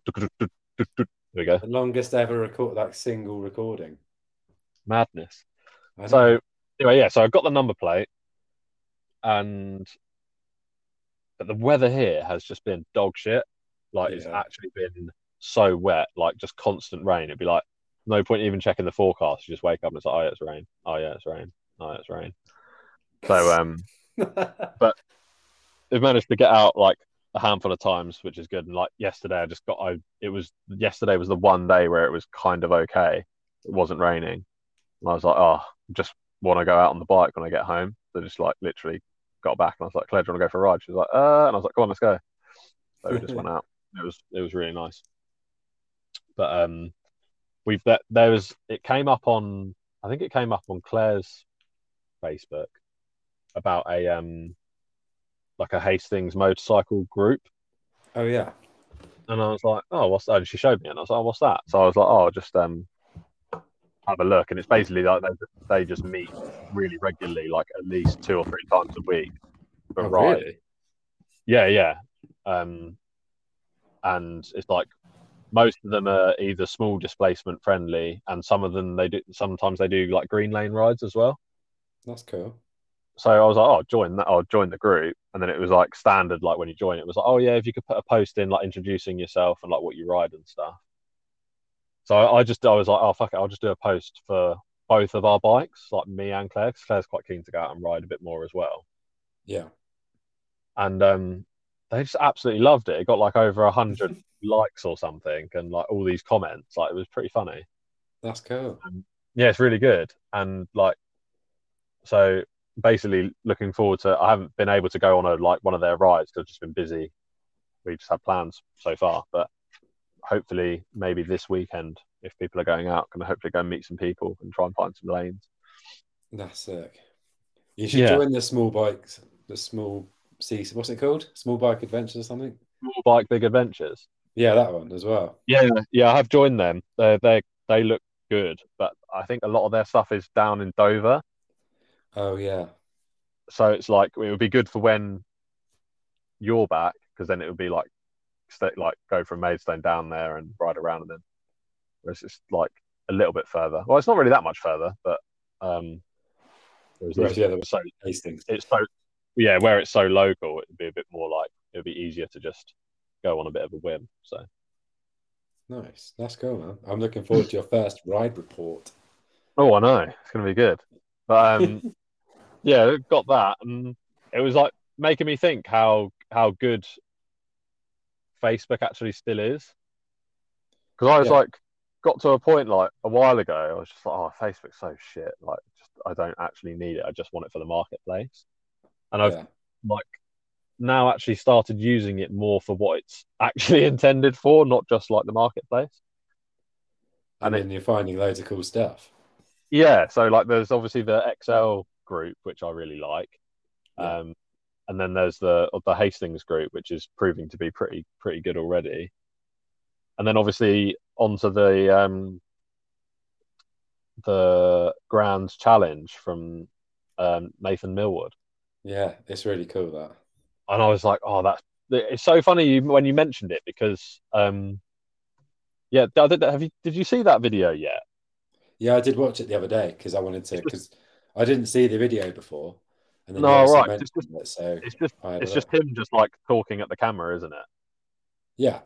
A: we go.
B: The longest ever record, like single recording.
A: Madness.
B: I
A: So anyway, yeah. So I got the number plate, and but the weather here has just been dog shit. Like it's
B: Yeah.
A: actually been so wet, like just constant rain. It'd be like no point even checking the forecast. You just wake up and it's like, oh yeah, it's rain. Oh yeah, it's rain. Oh yeah, it's rain.
B: [LAUGHS]
A: So um.
B: don't know.
A: they've managed to get out like a handful of times, which is good. And like yesterday, I just got I it was yesterday was the one day where it was kind of okay. It wasn't raining, and I was like, oh, just want to go out on the bike when I get home. So just like literally got back, and I was like, Claire, do you want to go for a ride? She was like, uh, and I was like, come on, let's go. So we just went out. It was it was really nice. But um, we've that there was it came up on I think it came up on Claire's Facebook about a um like a Hastings motorcycle group.
B: oh yeah.
A: And I was like, oh, what's that? And she showed me, and I was like, oh, what's that? So I was like, oh, just um, have a look. And it's basically like they just, they just meet really regularly, like at least two or three times a week. But
B: Oh,
A: right,
B: really?
A: yeah, yeah. Um, and it's like most of them are either small displacement friendly, and some of them they do sometimes they do like green lane rides as well
B: That's cool.
A: so I was like, oh, join that. I'll join the group. And then it was like standard, like when you join, it was like, oh yeah, if you could put a post in, like introducing yourself and like what you ride and stuff. So I, I just, I was like, oh fuck it, I'll just do a post for both of our bikes, like me and Claire, 'cause Claire's quite keen to go out and ride a bit more as well.
B: Yeah.
A: And um, they just absolutely loved it. It got like over a hundred likes or something, and like all these comments. Like it was pretty funny.
B: That's cool.
A: Yeah, it's really good. And like, so basically, looking forward to. I haven't been able to go on a like one of their rides because I've just been busy. We just had plans so far, but hopefully, maybe this weekend, if people are going out, can hopefully go and meet some people and try and find some lanes.
B: That's sick. You should
A: Yeah.
B: join the small bikes, the small sea. What's it called? Small bike adventures or something?
A: Small Bike Big Adventures.
B: Yeah, that one as well.
A: Yeah, yeah, I have joined them. They they they look good, but I think a lot of their stuff is down in Dover.
B: Oh yeah.
A: so it's like it would be good for when you're back because then it would be like stay, like go from Maidstone down there and ride around and then whereas it's like a little bit further well it's not really that much further but um whereas
B: Right,
A: this-
B: yeah, there was-
A: so
B: Hastings.
A: it's so yeah where it's so local it'd be a bit more like it'd be easier to just go on a bit of a whim so
B: Nice. That's cool, man. I'm looking forward to your first ride report.
A: Oh, I know. It's going to be good. But um,
B: [LAUGHS]
A: yeah, got that. And it was like making me think how how good Facebook actually still is. Because I was
B: Yeah.
A: like, got to a point like a while ago, I was just like, oh, Facebook's so shit. Like, just, I don't actually need it. I just want it for the marketplace. And I've
B: Yeah.
A: like now actually started using it more for what it's [LAUGHS] actually intended for, not just like the marketplace.
B: And
A: And
B: then you're finding loads of cool stuff.
A: Yeah, so like there's obviously the XL group, which I really like.
B: Yeah.
A: Um, and then there's the the Hastings group, which is proving to be pretty pretty good already. And then obviously onto the um the Grand Challenge from um, Nathan Millwood.
B: Yeah, it's really cool that.
A: And I was like, oh, that's it's so funny you, when you mentioned it because um yeah, I did, have you did you see that video yet?
B: Yeah, I did watch it the other day because I wanted to because I didn't see the video before. And then
A: No,
B: you obviously
A: right,
B: mentioned
A: it's
B: it, so
A: It's just
B: I had a
A: it's
B: look.
A: just him just like talking at the camera, isn't it?
B: yeah,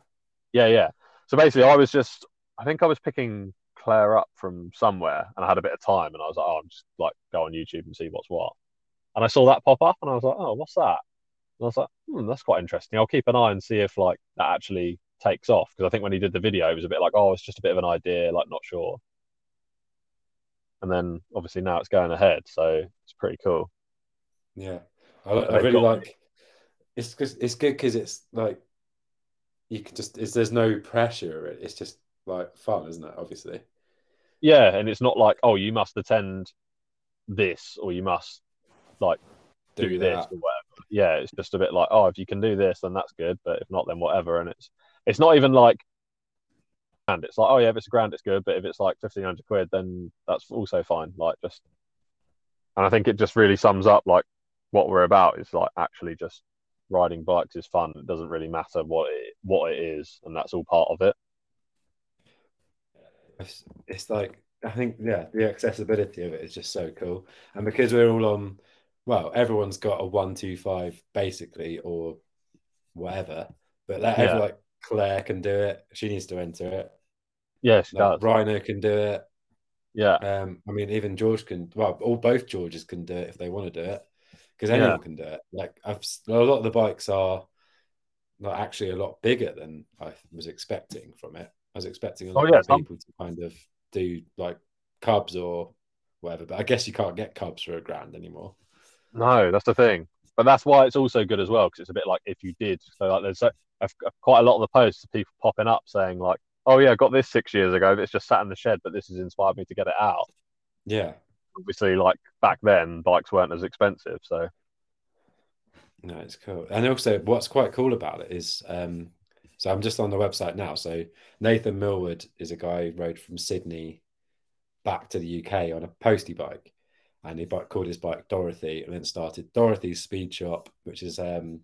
A: Yeah, yeah. So basically, I was just, I think I was picking Claire up from somewhere, and I had a bit of time, and I was like, oh, I'm just like go on YouTube and see what's what. And I saw that pop up, and I was like, oh, what's that? And I was like, hmm, that's quite interesting. I'll keep an eye and see if like that actually takes off because I think when he did the video, it was a bit like, oh, it's just a bit of an idea, like not sure. And then obviously now it's going ahead, so it's pretty cool.
B: Yeah, I, I
A: They've
B: really
A: got-
B: like. It's 'cause- it's good because it's like you can just. It's, there's no pressure. It's just like fun, isn't it? Obviously.
A: Yeah, and it's not like, oh, you must attend this or you must do, this
B: that.
A: or whatever. Yeah, it's just a bit like, oh, if you can do this, then that's good, but if not, then whatever. And it's it's not even like, and it's like, oh yeah, if it's a grand, it's good, but if it's like fifteen hundred quid, then that's also fine. Like just, and I think it just really sums up like what we're about is like actually just riding bikes is fun. It doesn't really matter what it what it is, and that's all part of it.
B: it's, it's like I think yeah, the accessibility of it is just so cool, and because we're all on, well, everyone's got a one two five basically or whatever, but that
A: Yeah.
B: like Claire can do it. She needs to enter it.
A: Yes, it
B: Like,
A: does.
B: Rhino can do it.
A: Yeah,
B: Um, I mean, even George can. Well, all both Georges can do it if they want to do it, because
A: Yeah.
B: anyone can do it. Like I've, s- a lot of the bikes are not actually a lot bigger than I was expecting from it. I was expecting a
A: Oh,
B: lot
A: yeah,
B: of
A: some-
B: people to kind of do like cubs or whatever, but I guess you can't get cubs for a grand anymore.
A: No, that's the thing. But that's why it's also good as well because it's a bit like if you did. So like there's so, I've, got quite a lot of the posts of people popping up saying like, "Oh yeah, I got this six years ago. but It's just sat in the shed, but this has inspired me to get it out."
B: Yeah,
A: Obviously, like back then, bikes weren't as expensive, so
B: no, it's cool. And also, what's quite cool about it is, um, so I'm just on the website now. So Nathan Millwood is a guy who rode from Sydney back to the UK on a postie bike, and he bike, called his bike Dorothy, and then started Dorothy's Speed Shop, which is um,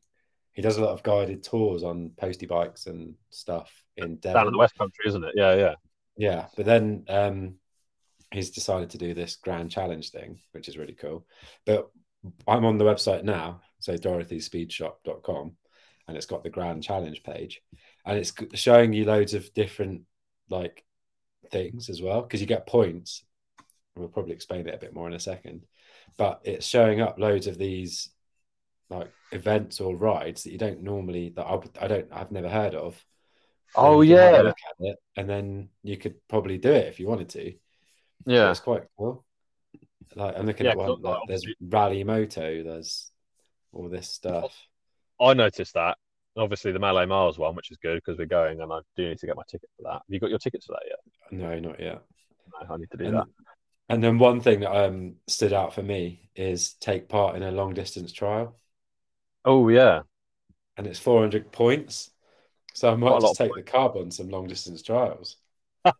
B: he does a lot of guided tours on postie bikes and stuff in Devon.
A: down in the West Country, isn't it? Yeah, yeah,
B: Yeah, but then um, he's decided to do this grand challenge thing, which is really cool. But I'm on the website now, so dorothyspeedshop.com, and it's got the grand challenge page, and it's g- showing you loads of different like things as well because you get points. We'll probably explain it a bit more in a second, but it's showing up loads of these like events or rides that you don't normally that I, would- I don't I've never heard of.
A: Oh,
B: you can have a
A: yeah.
B: look at it, and then you could probably do it if you wanted to.
A: yeah.
B: It's quite cool. Like I'm looking
A: Yeah,
B: at
A: 'cause
B: one.
A: like,
B: Like, there's Rally Moto. There's all this stuff.
A: I noticed that. And Obviously, the Malay Miles one, which is good because we're going, and I do need to get my ticket for that. Have you got your tickets for that yet?
B: No, not yet.
A: No, I need to do
B: And,
A: that.
B: and then one thing that um stood out for me is take part in a long distance trial,
A: Oh yeah,
B: and it's 400 points. So I
A: Quite a
B: might
A: lot
B: just
A: of
B: take the carb on some long distance trials.
A: it's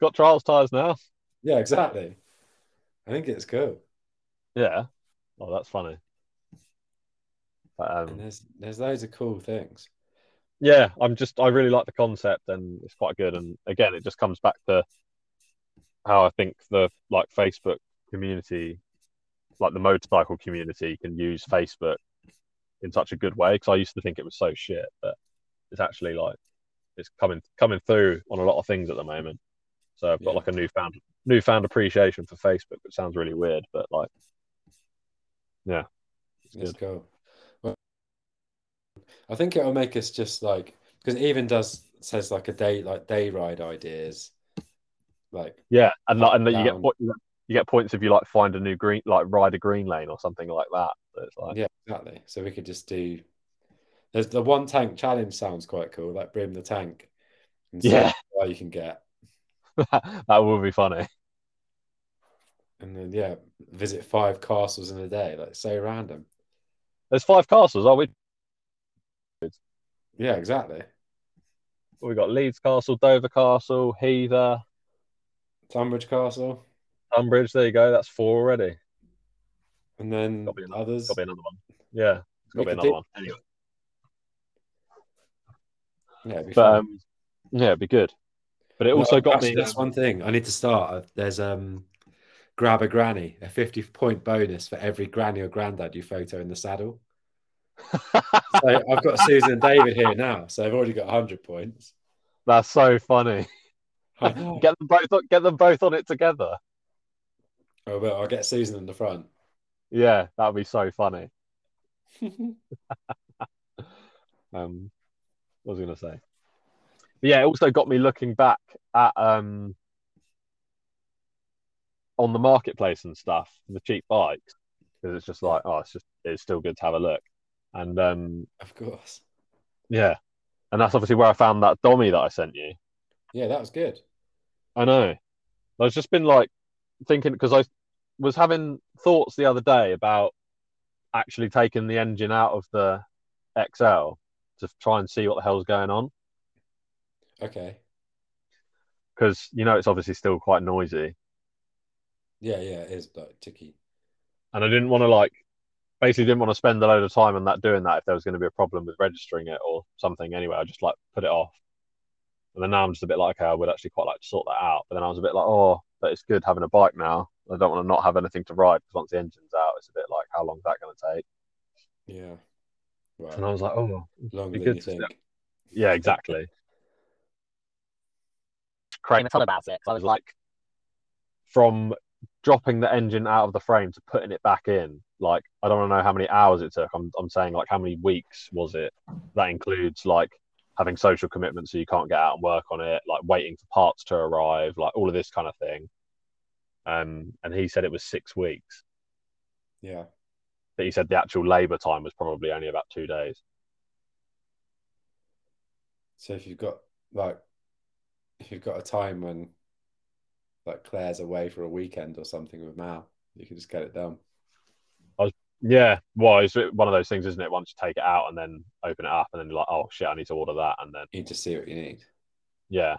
A: got trials tires now.
B: Yeah, exactly. I think it's cool.
A: Yeah. Oh, that's funny. But, um,
B: And there's there's loads of cool things.
A: yeah i'm just i really like the concept and it's quite good and again it just comes back to how i think the like facebook community like the motorcycle community can use facebook in such a good way because i used to think it was so shit but it's actually like it's coming coming through on a lot of things at the moment so i've got
B: Yeah.
A: like a newfound newfound appreciation for facebook which sounds really weird but like
B: It's cool. Well, I think it'll make us just like because it even does says like a day like day ride ideas, like
A: Yeah, and like, and that you get
B: Down.
A: po- you get points if you like find a new green like ride a green lane or something like that. So it's like
B: yeah, exactly. So we could just do. There's the one tank challenge sounds quite cool, like brim the tank, and see
A: Yeah.
B: what you can get,
A: [LAUGHS] that would be funny.
B: and then yeah, visit five castles in a day, like so random.
A: There's five castles. Are we?
B: Yeah, exactly.
A: We got Leeds Castle, Dover Castle, Heather,
B: Tunbridge Castle,
A: Tunbridge. There you go. That's four already.
B: and then
A: Gotta be another-
B: others.
A: Got to be another one. Yeah, it's got to be
B: We could
A: another
B: do-
A: one. Anyway,
B: Yeah, it'd be
A: but
B: fun.
A: um, yeah, it'd be good. But it
B: No,
A: also got
B: actually,
A: me.
B: That's one thing I need to start. There's um, grab a granny, a fifty-point bonus for every granny or granddad you photo in
A: [LAUGHS]
B: the saddle. So I've got Susan and David here now, so I've already got hundred points.
A: That's so funny.
B: I know.
A: [LAUGHS] Get them both. on- Get them both on it together.
B: Oh, but I'll get Susan in the front.
A: Yeah, that'd be so funny. um, what was I going to say? But yeah, it also got me looking back at um on the marketplace and stuff, the cheap bikes, because it's just like, oh, it's just it's still good to have a look. And um,
B: Of course.
A: yeah, and that's obviously where I found that dummy that I sent you.
B: Yeah, that was good.
A: I know. I've just been like thinking because I was having thoughts the other day about actually taking the engine out of the XL to try and see what the hell's going on
B: Okay.
A: because you know it's obviously still quite noisy
B: Yeah, yeah, it is like ticky.
A: and I didn't want to like basically didn't want to spend a load of time on that doing that if there was going to be a problem with registering it or something anyway I just like put it off and then now I'm just a bit like okay I would actually quite like to sort that out but then I was a bit like oh but it's good having a bike now I don't want to not have anything to ride because once the engine's out it's a bit like how long's that going to take
B: Yeah.
A: And I
B: Right.
A: was like, oh, be
B: Longer than
A: good
B: you
A: to
B: think.
A: yeah, exactly. Crane told about it. So I was like, from dropping the engine out of the frame to putting it back in, like, I don't know how many hours it took. I'm, I'm saying, like, how many weeks was it? That includes, like, having social commitments so you can't get out and work on it, like, waiting for parts to arrive, like, all of this kind of thing. Um, and he said it was six weeks,
B: Yeah.
A: but he said the actual labor time was probably only about two days.
B: So if you've got like if you've got a time when like Claire's away for a weekend or something with Mal, you can just get it done.
A: Yeah, well, it's one of those things, isn't it? Once you take it out and then open it up, and then you're like, oh shit, I need to order that, and then
B: You just see what you need.
A: yeah.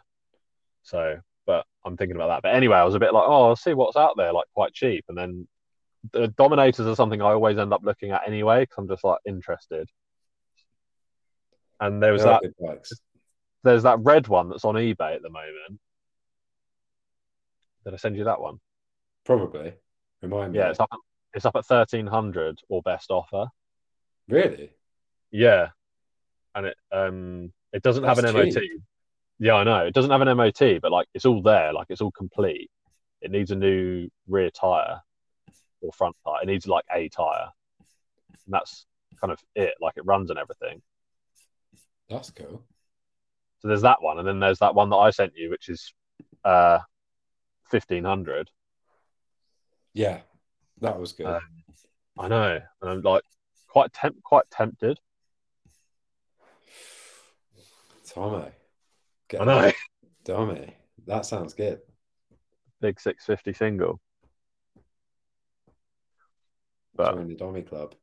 A: So, but I'm thinking about that. But anyway, I was a bit like, oh, I'll see what's out there, like quite cheap, and then the Dominators are something I always end up looking at anyway because I'm just like interested. And there was
B: They are
A: that,
B: good bikes.
A: there's that red one that's on eBay at the moment. Did I send you that one?
B: Probably. Remind me.
A: Yeah, it's up, it's up at thirteen hundred or best offer.
B: Really?
A: Yeah, and it um it doesn't have
B: That's
A: an MOT.
B: cheap.
A: Yeah, I know it doesn't have an MOT, but like it's all there, like it's all complete. It needs a new rear tire or front tire. It needs like a tire, and that's kind of it. Like it runs and everything.
B: That's cool.
A: So there's that one, and then there's that one that I sent you, which is uh fifteen hundred.
B: Yeah. That was good.
A: Uh, I know, and I'm like quite temp quite tempted.
B: Tommy. Get
A: I know, [LAUGHS]
B: Tommy. That sounds good.
A: big six fifty single, but
B: Join the Dommy Club.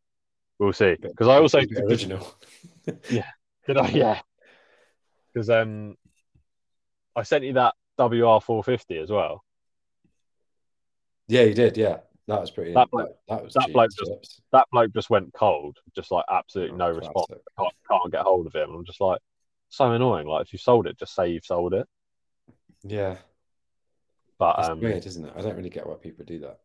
A: we'll see. Because I also
B: Keep it original. [LAUGHS]
A: Did I? Yeah. [LAUGHS] Because um, I sent you that WR450 as well.
B: yeah, you did. Yeah. That was pretty.
A: That bloke-
B: that was
A: that
B: cheap
A: bloke
B: as
A: just-
B: chips.
A: That bloke just went cold, just like absolutely no
B: Oh,
A: response.
B: classic.
A: Can't, can't get hold of him. I'm just like, so annoying. Like, if you sold it, just say you've sold it.
B: Yeah.
A: But
B: It's
A: um,
B: weird, isn't it? I don't really get why people do that.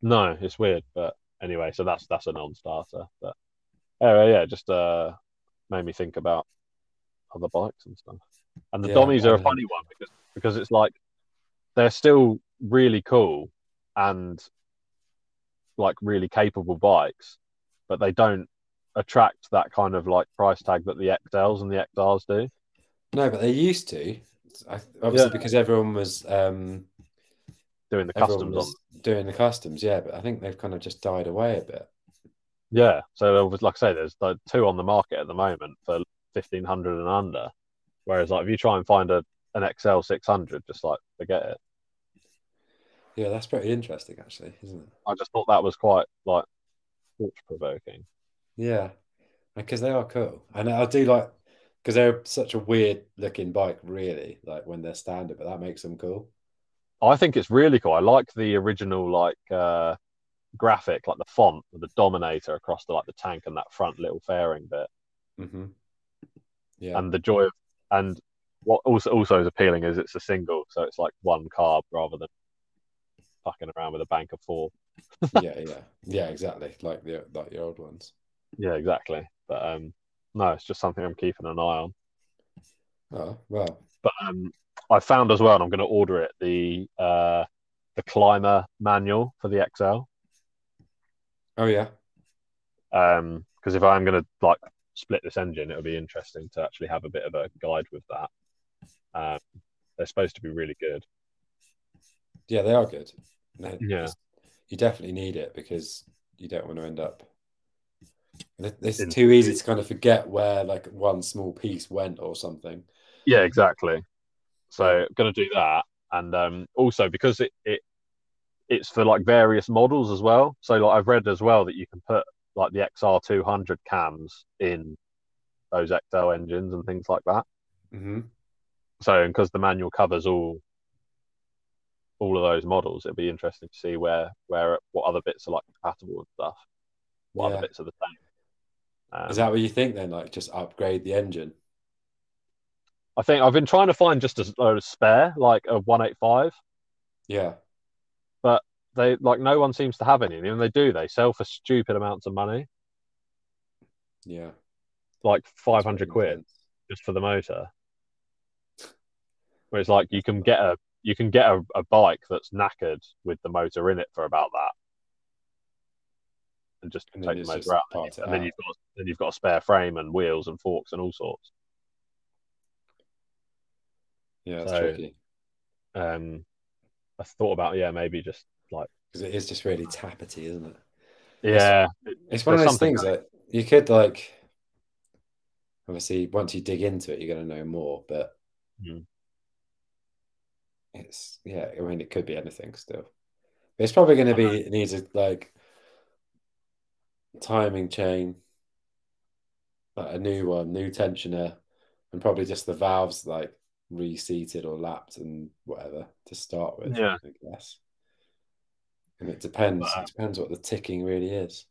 A: no, it's weird. But anyway, so that's that's a non-starter. But anyway, yeah, just uh, made me think about other bikes and stuff. And the
B: Yeah,
A: Dommies are a
B: I know.
A: funny one because because it's like they're still really cool and like really capable bikes, but they don't attract that kind of like price tag that the XLs and the XRs do.
B: No, but they used to. I, obviously,
A: Yeah.
B: because everyone was um,
A: Doing the
B: everyone
A: customs on
B: was doing the customs. Yeah, but I think they've kind of just died away a bit.
A: yeah. So there was like I say, there's like two on the market at the moment for fifteen hundred and under. Whereas like if you try and find a an XL six hundred, just like forget it.
B: Yeah, that's pretty interesting, actually, isn't it?
A: I just thought that was quite like thought provoking.
B: Yeah, because they are cool, and I do like because they're such a weird looking bike, really. Like when they're standard, but that makes them cool.
A: I think it's really cool. I like the original like uh graphic, like the font with the Dominator across the like the tank and that front little fairing bit,
B: Mm-hmm.
A: [LAUGHS]
B: Yeah,
A: and the joy of and what also also is appealing is it's a single, so it's like one carb rather than fucking around with a bank of four.
B: yeah, yeah, yeah. Exactly, like the like the old ones.
A: Yeah, exactly. But um no, it's just something I'm keeping an eye on.
B: Oh well,
A: But um, I found as well, and I'm going to order it the uh, the climber manual for the XL.
B: Oh yeah.
A: Um, because if I'm going to like split this engine, it'll be interesting to actually have a bit of a guide with that. Um, they're supposed to be really good.
B: Yeah, they are good. No,
A: Yeah.
B: just- You definitely need it because you don't want to end up. Th- It's
A: In-
B: too easy to kind of forget where like one small piece went or something.
A: Yeah, exactly. So I'm gonna do that, and um, also because it, it it's for like various models as well. So like I've read as well that you can put like the XR two hundred cams in those XL engines and things like that.
B: Mm-hmm.
A: So because the manual covers all all of those models, it'd be interesting to see where where what other bits are like compatible and stuff. What
B: Yeah.
A: other bits are the same? Um,
B: Is that what you think then? Like just upgrade the engine.
A: I think I've been trying to find just a load of spare, like a one eight five.
B: Yeah.
A: they like no one seems to have any, and when they do, they sell for stupid amounts of money,
B: Yeah.
A: like five hundred quid just for the motor. Where it's like you can get a you can get a, a bike that's knackered with the motor in it for about that, and just
B: And
A: take
B: then
A: the
B: it's
A: motor
B: just
A: out,
B: part it
A: and then
B: out.
A: you've got then you've got a spare frame and wheels and forks and all sorts.
B: Yeah, it's
A: So-
B: tricky
A: Um, I thought about yeah maybe just like
B: because it is just really tappety, isn't it?
A: yeah
B: It's one of
A: There's
B: those
A: something
B: things that you could like. Obviously, once you dig into it, you're going to know more. But
A: Mm.
B: it's yeah. I mean, it could be anything still. But it's probably going to be it needs a like timing chain, like a new one, new tensioner, and probably just the valves like reseated or lapped and whatever to start with.
A: Yeah. uh
B: I guess. And it depends.
A: Wow.
B: It depends what the ticking really is.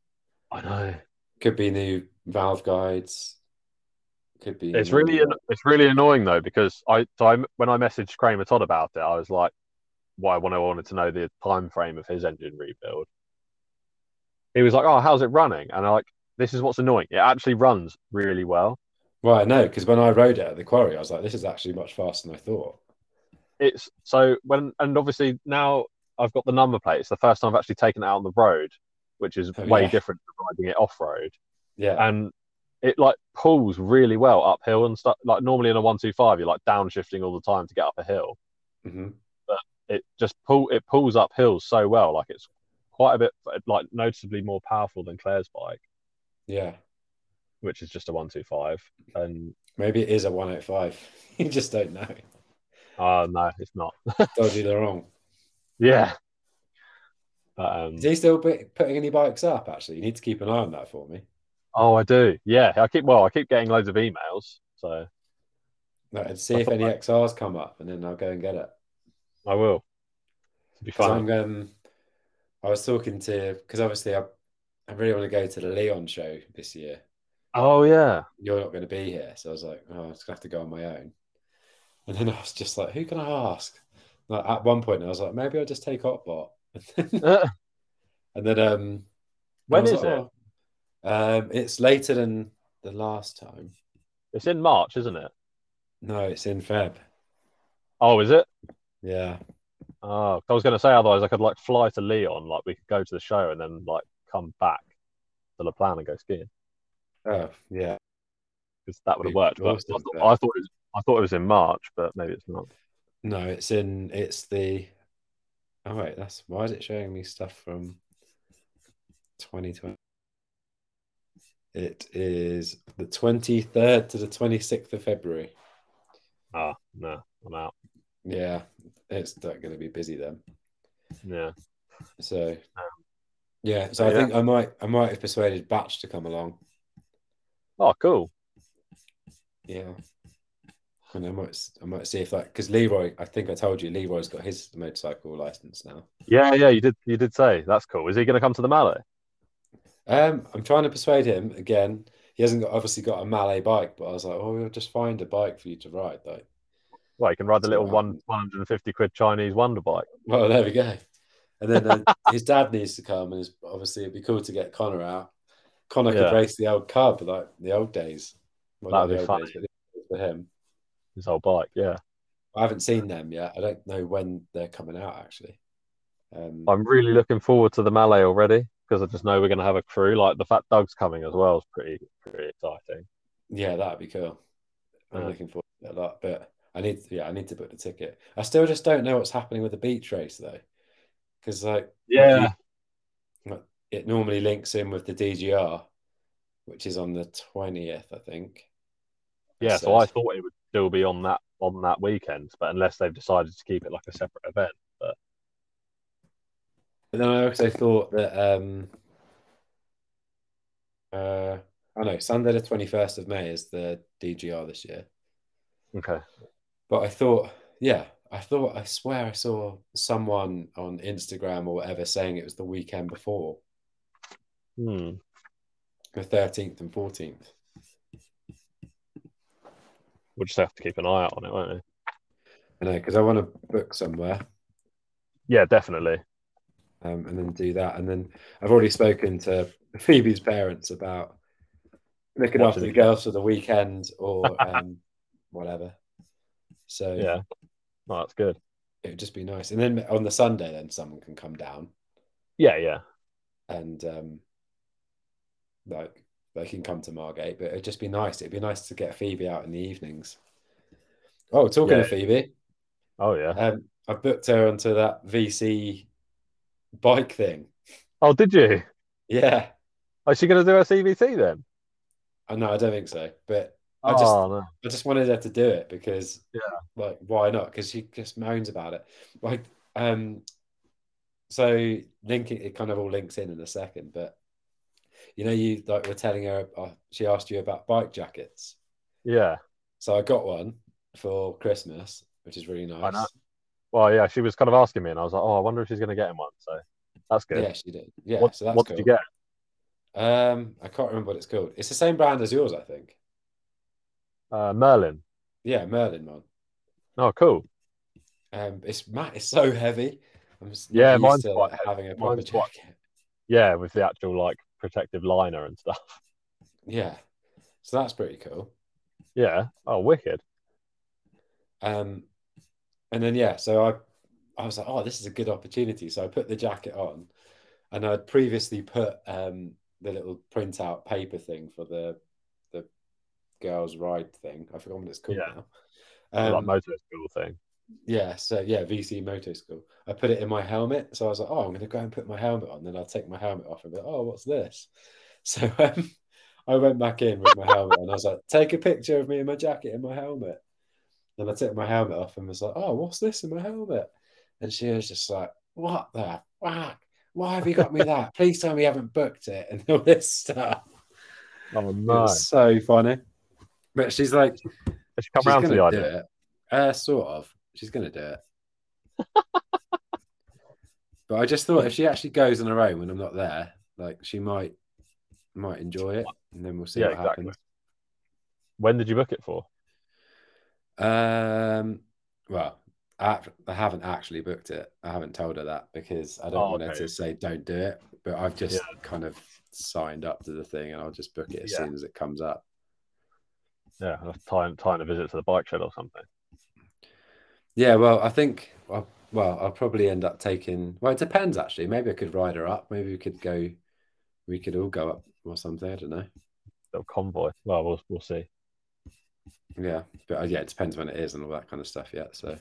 A: I know
B: Could be new valve guides. Could be.
A: It's
B: new-
A: really an- it's really annoying though because I so I when I messaged Kramer Todd about it, I was like, "Why?" When I wanted to know the time frame of his engine rebuild, he was like, "Oh, how's it running?" And I'm like, "This is what's annoying. It actually runs really well.
B: Well, I know because when I rode it at the quarry, I was like, "This is actually much faster than I thought."
A: It's so when and obviously now I've got the number plate. It's the first time I've actually taken it out on the road, which is
B: Oh,
A: way
B: yeah.
A: different from riding it off road.
B: Yeah,
A: and it like pulls really well uphill and stuff. Like normally in a one two five, you're like downshifting all the time to get up a hill.
B: hmm
A: it just pull it pulls up hills so well. Like it's quite a bit like noticeably more powerful than Claire's bike,
B: yeah.
A: which is just a one two five. And
B: Maybe it is a 105. [LAUGHS] you just
A: [LAUGHS]
B: don't know.
A: uh no, it's not.
B: Dodgy the wrong.
A: Yeah. But um
B: Is he still bu- putting any bikes up? Actually, you need to keep an eye on that for me.
A: oh I do. Yeah. I keep well, I keep getting loads of emails. So
B: Like, and see if any XRs come up, and then I'll go and get it.
A: I will. It'll be
B: 'Cause
A: fun.
B: I'm, um, I was talking to because obviously I, I really want to go to the Leon show this year.
A: Oh yeah. [LAUGHS]
B: you're not going to be here. So I was like, oh, I'm just going to have to go on my own. And then I was just like, who can I ask? Like, at one point, I was like, maybe I'll just take Otbot.
A: Uh,
B: And then um,
A: when
B: I was
A: is
B: like,
A: it?
B: "Oh." Um, it's later than the last time.
A: It's in March, isn't it?
B: No, it's in Feb.
A: Oh, is it?
B: Yeah.
A: Oh, I was going to say otherwise I could like fly to Leon, like we could go to the show and then like come back to La Plana and go skiing.
B: Oh, yeah.
A: because that would
B: Be
A: have worked. But I,
B: awesome,
A: thought,
B: but-
A: I thought it was, I thought it was in March, but maybe it's not.
B: No, it's in. It's the. Oh wait, that's why is it showing me stuff from 2020? It is the 23rd to the 26th of February.
A: Ah, no, I'm out.
B: Yeah, it's not going to be busy then.
A: Yeah,
B: So, yeah. So I
A: Yeah.
B: think I might, I might have persuaded Batch to come along.
A: oh, cool.
B: Yeah. And I might, I might see if that because Leroy, I think I told you, Leroy's got his motorcycle license now.
A: Yeah, yeah, you did, you did say that's cool. Is he going to come to the Mallet?
B: Um, I'm trying to persuade him again. He hasn't got, obviously got a Malay bike, but I was like, oh, we'll just find a bike for you to ride, though.
A: Well, you can ride the
B: See
A: little
B: what
A: one
B: happens.
A: one hundred and fifty quid Chinese wonder bike.
B: Well, there we go. And then
A: [LAUGHS]
B: uh, his dad needs to come, and it's, obviously it'd be cool to get Connor out. Connor could
A: Yeah.
B: race the old cub like the old days. Well,
A: That'd be
B: not the old
A: funny.
B: days, but for him.
A: His whole bike, yeah.
B: I haven't seen them yet. I don't know when they're coming out actually. Um,
A: I'm really looking forward to the melee already because I just know we're going to have a crew. Like the fact Doug's coming as well is pretty pretty exciting.
B: yeah, that'd be cool. I'm
A: Yeah.
B: looking forward to it a lot, but I need yeah, I need to book the ticket. I still just don't know what's happening with the beach race though, because like
A: Yeah.
B: it normally links in with the DGR, which is on the twentieth, I think.
A: Yeah, so I thought it would still be on that on that weekend, but unless they've decided to keep it like a separate event.
B: But then I also thought that um uh I know Sunday the twenty first of May is the DGR this year.
A: Okay.
B: But I thought, yeah, I thought I swear I saw someone on Instagram or whatever saying it was the weekend before,
A: Hmm.
B: the thirteenth and fourteenth.
A: We'll just have to keep an eye out on it, won't we?
B: I know, because I want to book somewhere
A: Yeah, definitely.
B: um, and then do that. And then I've already spoken to [LAUGHS] Phoebe's parents about looking after
A: Watching
B: the
A: it.
B: girls for the weekend
A: [LAUGHS]
B: or um, whatever. So
A: Yeah. Oh, that's good.
B: it would just be nice. And then on the Sunday, then someone can come down
A: Yeah, yeah.
B: and um, like they can come to Margate. But it'd just be nice. It'd be nice to get Phoebe out in the evenings. Oh, talking
A: Yeah.
B: of Phoebe,
A: Oh, yeah.
B: um, I booked her onto that VC bike thing.
A: Oh, did you?
B: Yeah,
A: Is she going to do her CVT then?
B: I know. I don't think so, but I
A: Oh,
B: just
A: no.
B: I just wanted her to do it because,
A: Yeah.
B: like, why not? Because she just moans about it. Like, um, so linking it kind of all links in in a second, but you know, you like were telling her, uh, she asked you about bike jackets.
A: Yeah.
B: So I got one for Christmas, which is really nice.
A: know. Well, yeah, she was kind of asking me, and I was like, oh, I wonder if she's going to get him one. So that's good.
B: Yeah, she did. Yeah,
A: what
B: so that's
A: what
B: cool.
A: did you get?
B: Um, I can't remember what it's called. It's the same brand as yours, I think.
A: Uh, Merlin.
B: Yeah, Merlin one.
A: Oh, cool.
B: Um, it's Matt. It's so heavy. I'm s- not
A: Yeah,
B: used
A: mine's
B: to
A: quite
B: like, having a proper
A: Mine's quite-
B: jacket.
A: Yeah, with the actual like protective liner and stuff. [LAUGHS]
B: Yeah, so that's pretty cool.
A: Yeah. Oh, wicked.
B: Um, and then yeah, so I, I was like, oh, this is a good opportunity. So I put the jacket on, and I'd previously put um the little printout paper thing for the the girls' ride thing. I forgot what it's called
A: Yeah.
B: now.
A: like
B: Um,
A: motor school thing.
B: yeah, so yeah, VC Moto School. I put it in my helmet, so I was like, oh, I'm going to go and put my helmet on. Then I'll take my helmet off and be like, oh, what's this? [LAUGHS] So um, I went back in with my helmet and I was like, take a picture of me in my jacket and my helmet. Then I took my helmet off and was like, oh, what's this in my helmet? And she was just like, what the fuck? Why have you got me that? Please tell me you haven't booked it and all this stuff.
A: Oh,
B: It was
A: nice.
B: so funny. But she's like,
A: Has she come
B: She's
A: round to the
B: gonna do
A: idea?
B: it. Uh, sort of. She's gonna
A: [LAUGHS]
B: do it. but I just thought if she actually goes on her own when I'm not there, like she might might enjoy it, and then we'll see
A: Yeah,
B: what
A: exactly. When did you book it for?
B: happens. Um, well, I, I haven't actually booked it. I haven't told her that because I don't
A: Oh,
B: want her
A: okay.
B: to say don't do it. But I've just kind of signed up to the thing, and I'll just book it as
A: Yeah.
B: soon as it comes up.
A: Yeah, that's time time to visit to the bike shed or something.
B: Yeah, well, I think well, well, I'll probably end up taking. Well, it depends actually. Maybe I could ride her up. Maybe we could go. We could all go up or something. I don't know.
A: Little convoy. Well, we'll we'll see.
B: Yeah, but uh, yeah, it depends when it is and all that kind of stuff. Yeah, so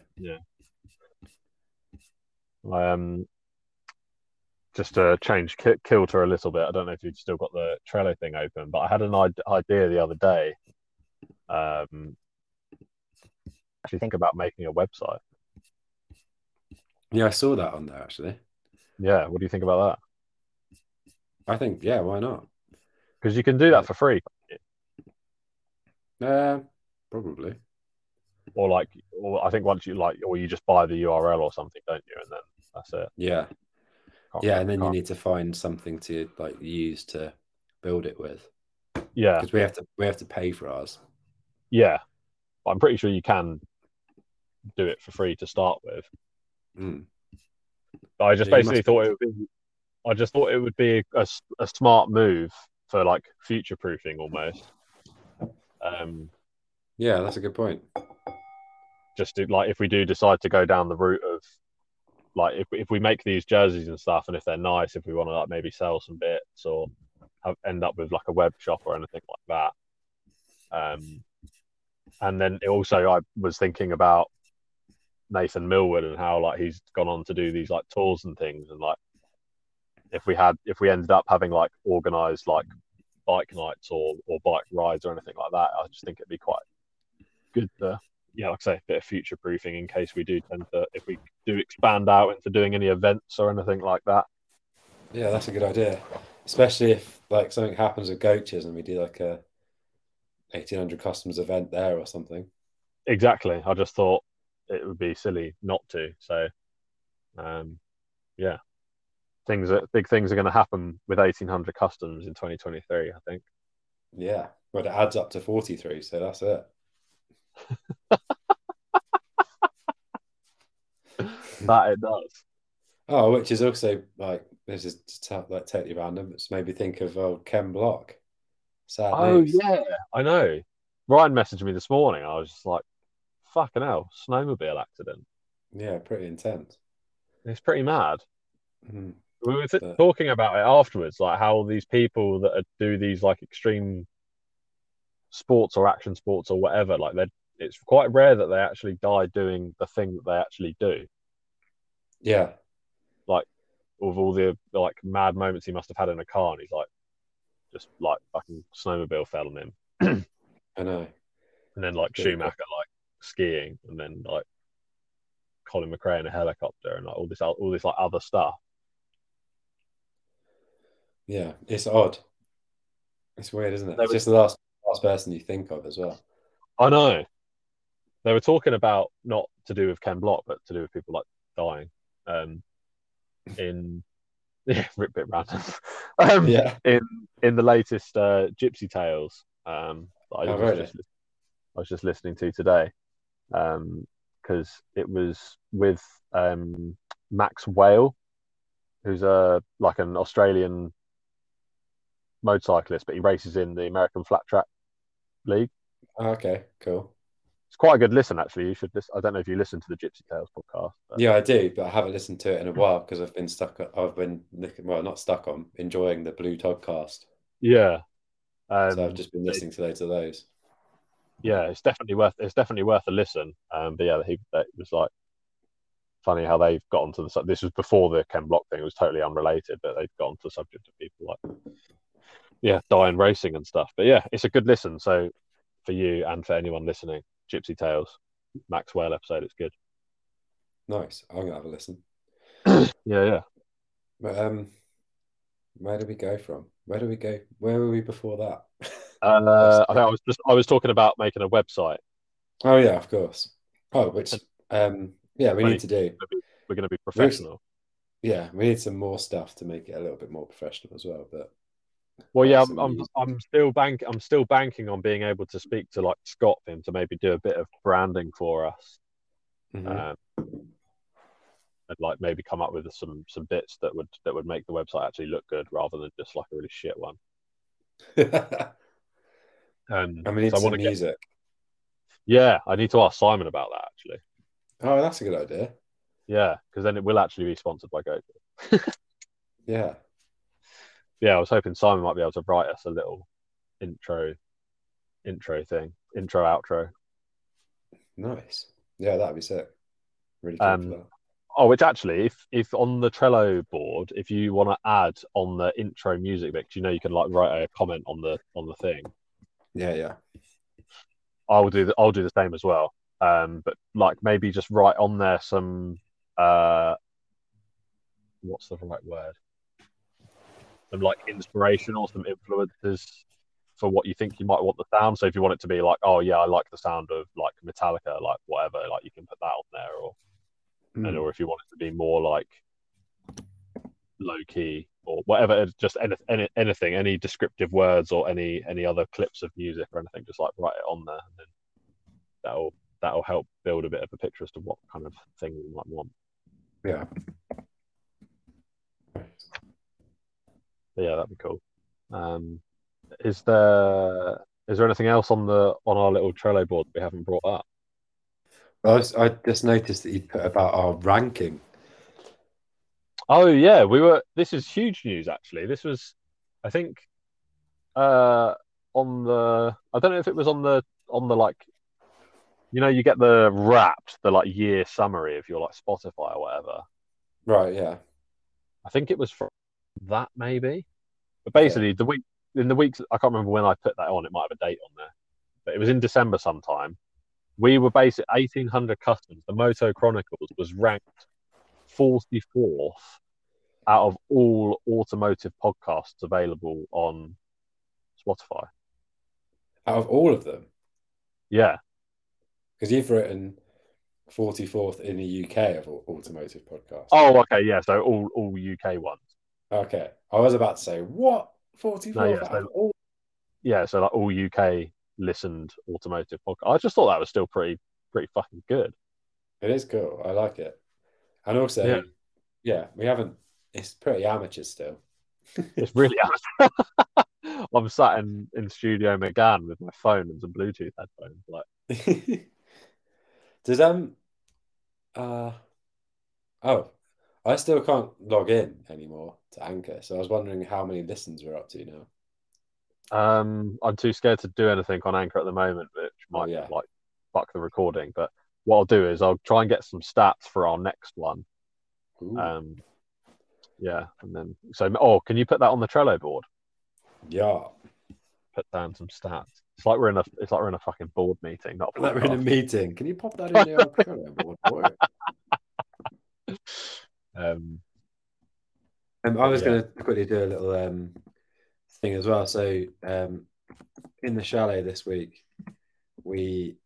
A: Um, just to change ki- kilter a little bit. I don't know if you've still got the Trello thing open, but I had an id- idea the other day. Um, actually think about making a website.
B: yeah, I saw that on there actually.
A: Yeah, what do you think about that?
B: I think yeah, why not?
A: Because you can do that for free,
B: Uh, probably.
A: or like, or I think once you like, or you just buy the URL or something, don't you? And then that's it.
B: Yeah,
A: Can't-
B: yeah, and then you
A: can't-
B: need to find something to like use to build it with
A: yeah,
B: because we have to we have to pay for ours.
A: yeah. But I'm pretty sure you can do it for free to start with.
B: Mm.
A: I just
B: Yeah, you
A: basically
B: must-
A: thought it would be. I just thought it would be a, s- a smart move for like future proofing almost. Um,
B: Yeah, that's a good point.
A: just to, like if we do decide to go down the route of like if if we make these jerseys and stuff, and if they're nice, if we want to like maybe sell some bits or have, end up with like a web shop or anything like that. Um, and then it also I was thinking about Nathan Millwood and how like he's gone on to do these like tours and things, and like if we had if we ended up having like organized like bike nights or or bike rides or anything like that, I just think it'd be quite good to yeah, like I say, a bit of future proofing in case we do tend to, if we do expand out into doing any events or anything like that.
B: Yeah, that's a good idea. Especially if like something happens with coaches and we do like a eighteen hundred customs event there or something.
A: Exactly. I just thought it would be silly not to. So, um, yeah, things that big things are going to happen with eighteen hundred customs in twenty twenty three. I think.
B: Yeah, but it adds up to forty three, so that's it.
A: that it does.
B: Oh, which is also like this is t- like totally random. It's made me think of old Ken Block. Sad
A: Oh
B: news.
A: yeah, I know. Ryan messaged me this morning. I was just like, "Fucking hell, snowmobile accident."
B: yeah, pretty intense.
A: It's pretty mad.
B: Mm.
A: We were t-
B: But-
A: talking about it afterwards, like how these people that are, do these like extreme sports or action sports or whatever, like they it's quite rare that they actually die doing the thing that they actually do.
B: Yeah,
A: With all the like mad moments he must have had in a car, and he's like, just like fucking snowmobile fell on him,
B: I know.
A: and then like
B: Yeah.
A: Schumacher like skiing, and then like Colin McRae in a helicopter, and like all this all this like other stuff.
B: Yeah, it's odd. It's weird, isn't it?
A: There
B: it's
A: was-
B: just the last last person you think of
A: [LAUGHS]
B: as well.
A: I know. They were talking about not to do with Ken Block, but to do with people like dying. Um, in [LAUGHS] yeah, a bit random. [LAUGHS] Um,
B: Yeah,
A: In in the latest uh, Gypsy Tales, um, that I,
B: Oh,
A: was
B: really?
A: just, I was just listening to today, because it was with um, Max Whale, who's a like an Australian motorcyclist, but he races in the American Flat Track League.
B: okay, cool.
A: It's quite a good listen, actually. You should listen. I don't know if you listen to the Gypsy Tales podcast. But
B: Yeah, I do, but I haven't listened to it
A: [CLEARS THROAT]
B: in a while because I've been stuck. I've been looking, well, not stuck on enjoying the Blue Todcast,
A: yeah, um,
B: so I've just been listening to loads of those.
A: yeah. It's definitely worth. It's definitely worth a listen. Um, but yeah, he that was like funny how they've got onto the. sub- This was before the Ken Block thing. It was totally unrelated, but they've got onto the subject of people like yeah, dying racing and stuff. But yeah, it's a good listen. So for you and for anyone listening, Gypsy Tales, Maxwell episode. It's good.
B: Nice. I'm gonna have a listen.
A: Yeah, yeah.
B: But um, where do we go from? Where do we go? Where were we before that? [LAUGHS]
A: Uh, I think I was just I was talking about making a website.
B: Oh yeah, of course. Oh, which um, yeah, we need to do.
A: We're going to be professional.
B: Yeah, we need some more stuff to make it a little bit more professional as well. But
A: Well, yeah, I'm,
B: Some
A: I'm,
B: reason.
A: I'm still bank I'm still banking on being able to speak to like Scott for him to maybe do a bit of branding for us,
B: Mm-hmm.
A: um, and like maybe come up with some some bits that would that would make the website actually look good rather than just like a really shit one. Um,
B: mm-hmm. [LAUGHS] and we need
A: so I
B: some
A: want to get
B: music.
A: yeah, I need to ask Simon about that actually.
B: Oh, that's a good idea.
A: Yeah, because then it will actually be sponsored by GoPro.
B: Yeah,
A: Yeah, I was hoping Simon might be able to write us a little intro intro thing, intro outro.
B: nice. Yeah, that'd be sick. Really cool
A: Um,
B: for that.
A: Oh, which actually, if if on the Trello board, if you want to add on the intro music mix, you know you can like write a comment on the on the thing.
B: Yeah, yeah.
A: I'll do the, I'll do the same as well. Um, but like maybe just write on there some uh, what's the right word? Some like inspiration or some influences for what you think you might want the sound. So if you want it to be like, oh yeah, I like the sound of like Metallica, like whatever, like you can put that on there or and
B: Mm.
A: or if you want it to be more like low key or whatever uh, just any, any anything any descriptive words or any any other clips of music or anything just like write it on there and then that'll that'll help build a bit of a picture as to what kind of thing you might want
B: Yeah,
A: but yeah that'd be cool um is there is there anything else on the on our little trello board we haven't brought up
B: I, was- I just noticed that you put about our ranking.
A: Oh yeah, we were. This is huge news, actually. This was, I think, uh, on the. I don't know if it was on the on the like, you know, you get the wrapped, the like year summary of your like Spotify or whatever.
B: Right, yeah.
A: I think it was from that maybe, but basically the week in the weeks I can't remember when I put that on. It might have a date on there, but it was in December sometime. We were based at eighteen hundred customs. The Moto Chronicles was ranked forty fourth out of all automotive podcasts available on Spotify.
B: Out of all of them,
A: Yeah,
B: because you've written 44th in the UK of au- automotive podcasts.
A: Oh, okay, yeah. So all all UK ones.
B: okay. I was about to say, what? 44th
A: No, yeah,
B: out
A: so-
B: of all?
A: Yeah, so like all UK listened automotive podcast. I just thought that was still pretty pretty fucking good.
B: It is cool. I like it. And also, yeah,
A: Yeah.
B: we haven't, it's pretty amateur still. [LAUGHS]
A: It's really [LAUGHS] I'm sat in, in Studio McGann with my phone and some Bluetooth headphones. Like
B: Does um uh oh I still can't log in anymore to Anchor, so I was wondering how many listens we're up to now.
A: um I'm too scared to do anything on Anchor at the moment, which might
B: Oh, yeah.
A: like fuck the recording. But what I'll do is I'll try and get some stats for our next one.
B: Ooh.
A: Um yeah, and then so oh, can you put that on the Trello board?
B: yeah. [LAUGHS]
A: put down some stats. It's like we're in a it's like we're in a fucking board meeting, not a
B: Like we're in a
A: podcast.
B: meeting. Can you pop that in [LAUGHS] there? on Trello board, boy?
A: um,
B: Um, I was
A: Yeah.
B: going to quickly do a little um, thing as well. So, um, in the chalet this week, we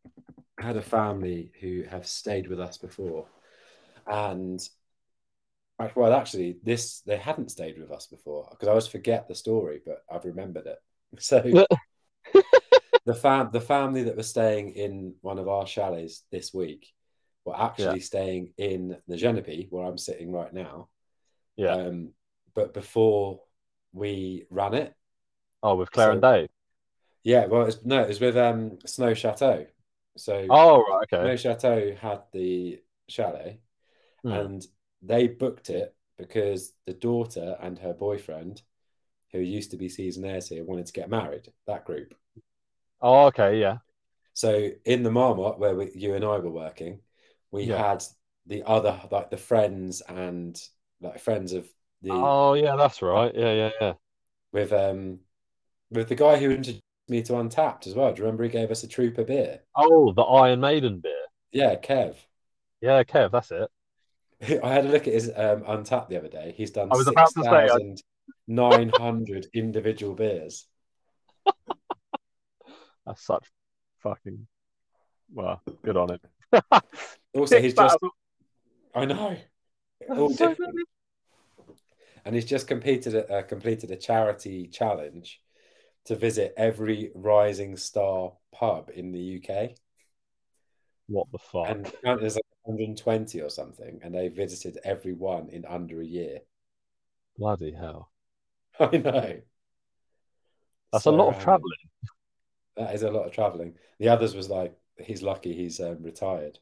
B: had a family who have stayed with us before, and act- well, actually, this they hadn't stayed with us before because I always forget the story, but I've remembered it. [LAUGHS] So,
A: [LAUGHS]
B: the fam the family that was staying in one of our chalets this week were actually staying in the Genepi, where I'm sitting right now.
A: Yeah.
B: Um, but before we ran it,
A: oh, with Claire and
B: So-
A: Dave.
B: yeah, well, it's, no, it was with um, Snow Chateau. So
A: Oh, right, okay.
B: Snow Chateau had the chalet,
A: Hmm.
B: and they booked it because the daughter and her boyfriend, who used to be seasonaires here, wanted to get married. That group.
A: Oh, okay, yeah.
B: So in the Marmot where we, you and I were working, we
A: Yeah.
B: had the other like the friends and like friends of the
A: Oh, yeah, that's right. Yeah, yeah, yeah.
B: with um with the guy who introduced me to Untapped as well. Do you remember he gave us a trooper beer?
A: Oh, the Iron Maiden beer.
B: Yeah, Kev. [LAUGHS]
A: Yeah, Kev, that's it.
B: I had a look at his um Untapped the other day. He's done
A: I was about to say, I-
B: 6,900 [LAUGHS] individual beers.
A: That's such fucking well, good on him.
B: Also, he's
A: Six
B: [LAUGHS] just
A: thousand-
B: I know.
A: That's
B: All
A: so
B: different. and he's just completed a, uh, completed a charity challenge to visit every rising star pub in the UK,
A: What the fuck?
B: and apparently there's like 120 or something, and they visited every one in under a year.
A: Bloody hell.
B: [LAUGHS] I know.
A: That's
B: So,
A: a lot of
B: um,
A: travelling.
B: That is a lot of traveling. The others was like, he's lucky he's um, retired.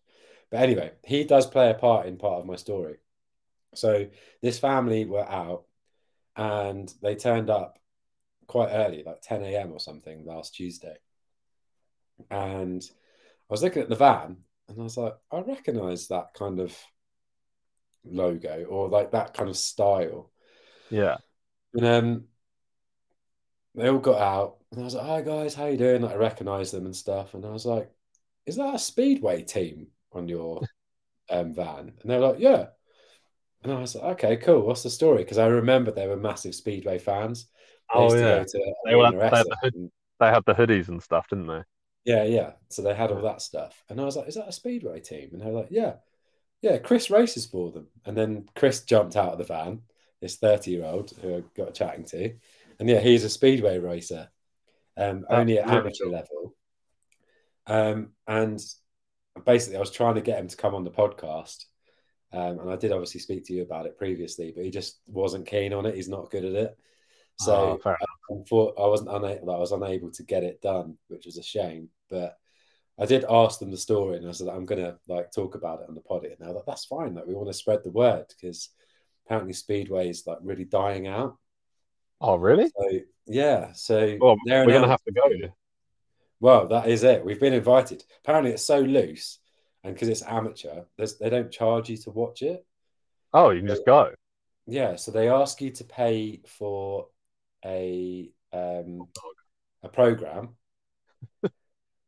B: But anyway, he does play a part in part of my story. So this family were out and they turned up quite early, like 10 a.m. or something last Tuesday. And I was looking at the van and I was like, I recognize that kind of logo or like that kind of style.
A: Yeah.
B: And um, they all got out, and I was like, "Hi guys, how you doing?" Like, I recognised them and stuff, and I was like, "Is that a speedway team on your [LAUGHS] um, van?" And they were like, "Yeah." And I was like, "Okay, cool. What's the story?" Because I remember they were massive speedway fans. They
A: Oh
B: used to
A: yeah.
B: go to
A: They all had-
B: Arena
A: they had the
B: Essex
A: hood-
B: and-
A: They had the hoodies and stuff, didn't they?
B: yeah, yeah. So they had all that stuff, and I was like, "Is that a speedway team?" And they were like, "Yeah, yeah." Chris races for them, and then Chris jumped out of the van. This thirty-year-old who I got chatting to, and yeah, he's a speedway racer, um,
A: That's
B: only at
A: really
B: amateur level. Um, and basically, I was trying to get him to come on the podcast, um, and I did obviously speak to you about it previously, but he just wasn't keen on it. He's not good at it, so
A: Oh, fair
B: unfor- I wasn't unable, I was unable to get it done, which was a shame. But I did ask them the story, and I said I'm gonna like talk about it on the pod here now. That that's fine. Like we want to spread the word because apparently Speedway is like really dying out.
A: Oh, really?
B: So yeah, so
A: Well,
B: they're
A: we're going to
B: announcing-
A: have to go.
B: Well, that is it. We've been invited. Apparently, it's so loose, and because it's amateur, there's, they don't charge you to watch it.
A: Oh, you can just go.
B: Yeah, so they ask you to pay for a um a program.
A: [LAUGHS]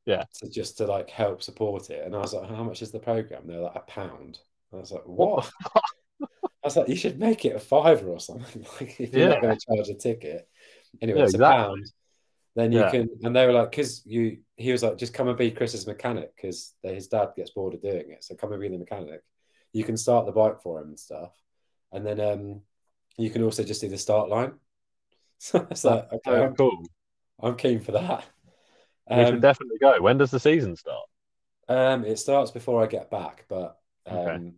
A: Yeah.
B: So just to like help support it. And I was like, how much is the program? They're like a pound. And I was like, what? [LAUGHS] I was like, you should make it a fiver or something. [LAUGHS] Like if you're
A: Yeah.
B: not going to charge a ticket. Anyway,
A: Yeah,
B: it's
A: exactly.
B: a pound. Then you
A: Yeah.
B: can and they were like, because you he was like, just come and be Chris's mechanic because his dad gets bored of doing it. So come and be the mechanic. You can start the bike for him and stuff. And then um you can also just see the start line. [LAUGHS] So it's like, okay,
A: Oh,
B: I'm-
A: cool.
B: I'm keen for that.
A: we should
B: Um,
A: definitely go. When does the season start?
B: um, it starts before I get back, but um,
A: Okay.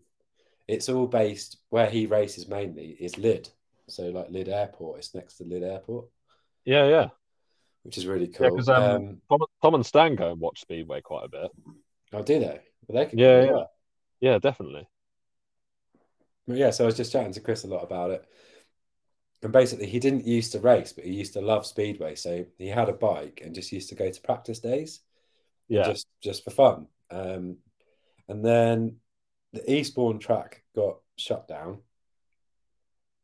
B: it's all based where he races mainly is Lid. So like Lid Airport, it's next to Lid Airport,
A: Yeah, yeah.
B: which is really cool.
A: 'cause,
B: um,
A: um, Tom, Tom and Stan go and watch Speedway quite a bit.
B: oh, do they? Well, they can
A: Yeah,
B: do
A: yeah.
B: that.
A: Yeah, definitely.
B: But yeah, so I was just chatting to Chris a lot about it. And basically, he didn't used to race, but he used to love Speedway. So he had a bike and just used to go to practice days.
A: Yeah.
B: just just for fun. Um, and then the Eastbourne track got shut down,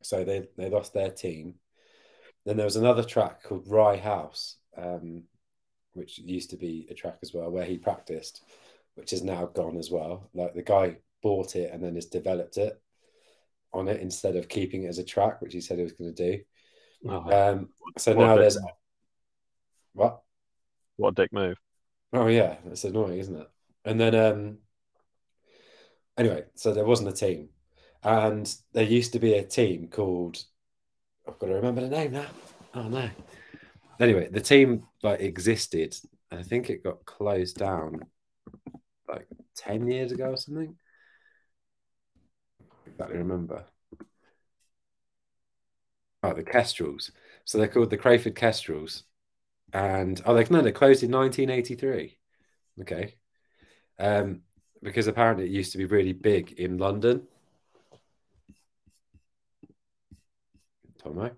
B: so they they lost their team. Then there was another track called Rye House, um, which used to be a track as well where he practiced, which is now gone as well. Like the guy bought it and then has developed it on it instead of keeping it as a track, which he said he was going to do.
A: Oh,
B: Um, so
A: What a
B: now
A: dick
B: there's
A: move.
B: what
A: what a dick move.
B: Oh yeah, it's annoying, isn't it? And then um anyway, so there wasn't a team. And there used to be a team called I've got to remember the name now. Oh no. Anyway, the team like existed. I think it got closed down like 10 years ago or something. Exactly remember. Oh, the Kestrels. So they're called the Crayford Kestrels and oh, they no, they closed in 1983. Okay, um, because apparently it used to be really big in London. Tomo,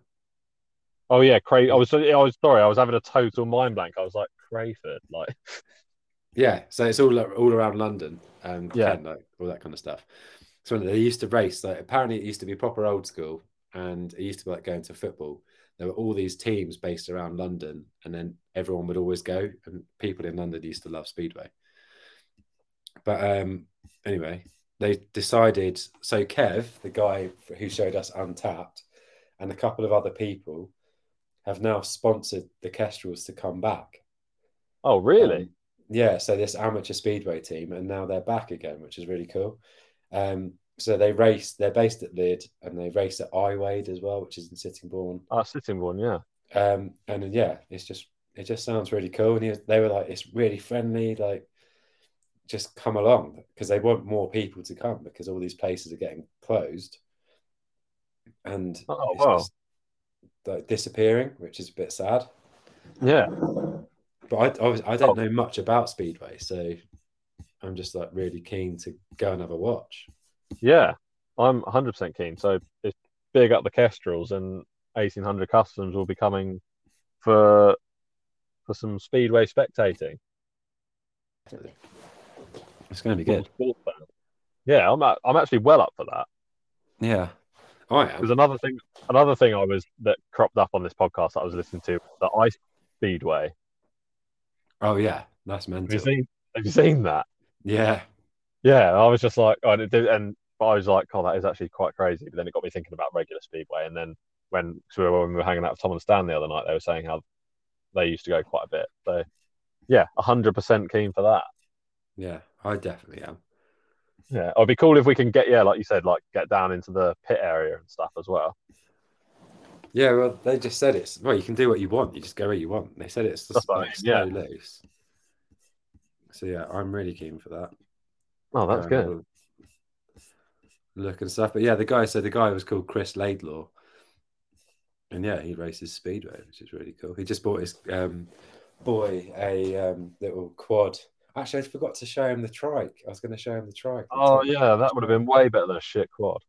A: Oh yeah, Cray. I was, I was sorry. I was having a total mind blank. I was like Crayford, like
B: yeah, so it's all all around London, um,
A: Yeah.
B: Kent, like, all that kind of stuff. So they used to race. Like apparently it used to be proper old school, and it used to be like going to football. There were all these teams based around London, and then everyone would always go. And people in London used to love Speedway. But um, anyway, they decided. So Kev, the guy who showed us Untapped, and a couple of other people have now sponsored the Kestrels to come back.
A: oh really?
B: Um, yeah, so this amateur speedway team, and now they're back again, which is really cool. Um, so they race, they're based at Lid and they race at Iwade as well, which is in Sittingbourne.
A: Ah, sitting one, yeah.
B: Um, and then, yeah, it's just, it just sounds really cool. And he was, they were like, it's really friendly, like, just come along because they want more people to come because all these places are getting closed and
A: Oh
B: it's
A: wow,
B: just, like disappearing, which is a bit sad.
A: yeah.
B: But I, I, was, I don't know much about Speedway, so I'm just like really keen to go and have a watch.
A: Yeah, I'm 100% keen. So it's big up the Kestrels, and 1800 Customs will be coming for for some speedway spectating.
B: It's going to be
A: Sort of sports fan. Yeah, I'm a- I'm actually well up for that
B: Yeah, I am.
A: because another thing another thing I was that cropped up on this podcast that I was listening to the ice speedway.
B: Oh yeah, that's
A: Have you
B: mental.
A: seen Have you seen that?
B: Yeah,
A: Yeah, I was just like, oh, and it did, and but I was like, oh, that is actually quite crazy. But then it got me thinking about regular speedway, and then when 'cause we were, when we were hanging out with Tom and Stan the other night, they were saying how they used to go quite a bit. So yeah, hundred percent keen for that.
B: yeah, I definitely am.
A: Yeah, it'd be cool if we can get yeah, like you said, like get down into the pit area and stuff as well.
B: Yeah, well, they just said it's well, you can do what you want. You just go where you want. They said it's
A: That's
B: just
A: what I
B: like
A: mean, yeah.
B: so loose. So yeah, I'm really keen for that.
A: Oh, that's
B: Go and
A: good.
B: have a Look and stuff, but yeah, the guy. So the guy was called Chris Laidlaw, and yeah, he races speedway, which is really cool. He just bought his um, boy a um, little quad. Actually, I forgot to show him the trike. I was going to show him the trike.
A: Oh yeah, that would have been way better than a shit quad.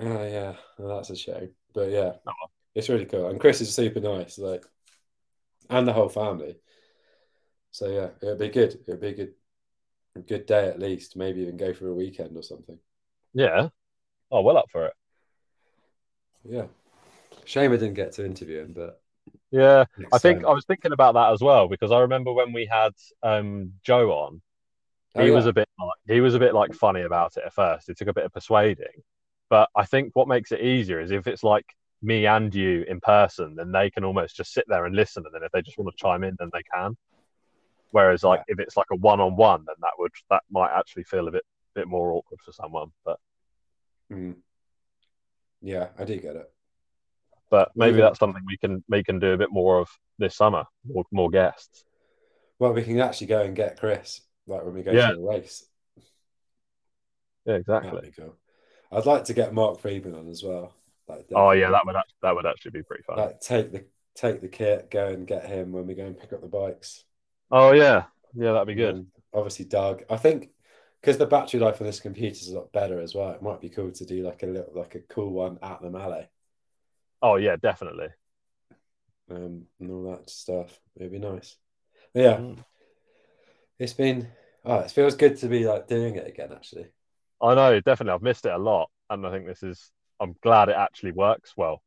B: Oh yeah, well, that's a shame. But yeah,
A: Oh,
B: it's really cool. And Chris is super nice, like, and the whole family. So yeah, it'd be good. It'd be a good, a good day at least. Maybe even go for a weekend or something.
A: Yeah. Oh, well up for it.
B: Yeah. Shame I didn't get to interview him, but
A: Yeah.
B: next
A: I think
B: time.
A: I was thinking about that as well because I remember when we had um, Joe on,
B: Oh,
A: he was
B: yeah.
A: a bit like, he was a bit like funny about it at first. It took a bit of persuading, but I think what makes it easier is if it's like me and you in person, then they can almost just sit there and listen, and then if they just want to chime in, then they can. Whereas like if it's like a one-on-one, then that would that might actually feel a bit bit more awkward for someone. But
B: Mm. Yeah, I do get it.
A: but maybe
B: Yeah.
A: that's something we can we can do a bit more of this summer, more, more guests.
B: Well, we can actually go and get Chris, like when we go
A: Yeah.
B: to the race.
A: Yeah,
B: That'd
A: exactly.
B: be cool. I'd like to get Mark Friedman on as well. Like,
A: Oh yeah, that would act- that would actually be pretty fun.
B: like take the take the kit, go and get him when we go and pick up the bikes.
A: Oh yeah, yeah, that'd be good.
B: And obviously, Doug. I think because the battery life on this computer is a lot better as well. It might be cool to do like a little, like a cool one at the Mallet
A: Oh yeah, definitely.
B: um, and all that stuff. It'd be nice. But yeah,
A: Mm.
B: it's been. Oh, it feels good to be like doing it again.
A: [LAUGHS]
B: Actually, [LAUGHS]
A: I know, definitely. I've missed it a lot, and I think this is. I'm glad it actually works well.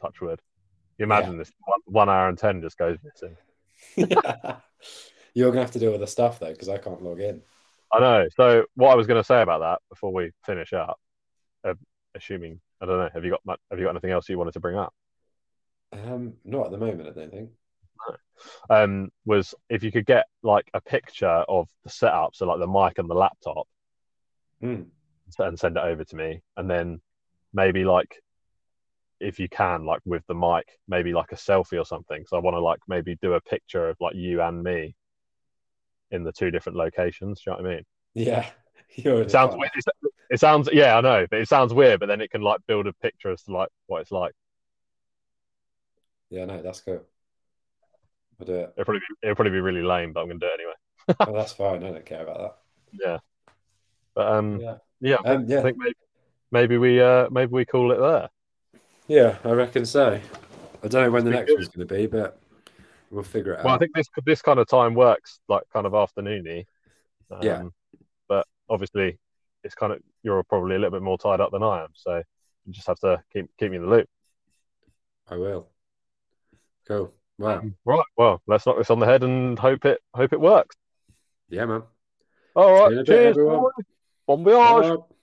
A: Touch wood. You imagine this one, one hour and ten just goes missing.
B: you're gonna have to do all the stuff though because I can't log in.
A: I know. So what I was going to say about that before we finish up, uh, assuming I don't know, have you got much, have you got anything else you wanted to bring up?
B: Um, not at the moment. I don't think.
A: um, was if you could get like a picture of the setup, so like the mic and the laptop,
B: Mm.
A: and send it over to me, and then maybe like if you can, like with the mic, maybe like a selfie or something. So I want to like maybe do a picture of like you and me in the two different locations. Do you know what I mean?
B: Yeah, [LAUGHS] you're
A: It sounds weird. it's- It sounds yeah, I know, but it sounds weird. But then it can like build a picture as to like what it's like.
B: Yeah, no, that's cool. I'll
A: [LAUGHS]
B: do it.
A: It'll probably be, it'll probably be really lame, but I'm gonna do it anyway.
B: Oh, that's fine. I don't care about that.
A: Yeah, but um,
B: Yeah.
A: yeah,
B: Um,
A: I
B: yeah,
A: think maybe, maybe we uh maybe we call it there.
B: yeah, I reckon so. I don't know when the
A: Be
B: next
A: good.
B: one's going to be, but we'll figure it
A: Well, I
B: out.
A: think this this kind of time works like kind of afternoony. Um,
B: Yeah.
A: But obviously, it's kind of you're probably a little bit more tied up than I am, so you just have to keep keep me in the loop.
B: I will. Cool. Wow.
A: Right. Well, let's knock this on the head and hope it hope it works.
B: Yeah, man.
A: All
B: See you in a
A: right.
B: bit,
A: Cheers.
B: everyone.
A: Bon voyage.
B: Well,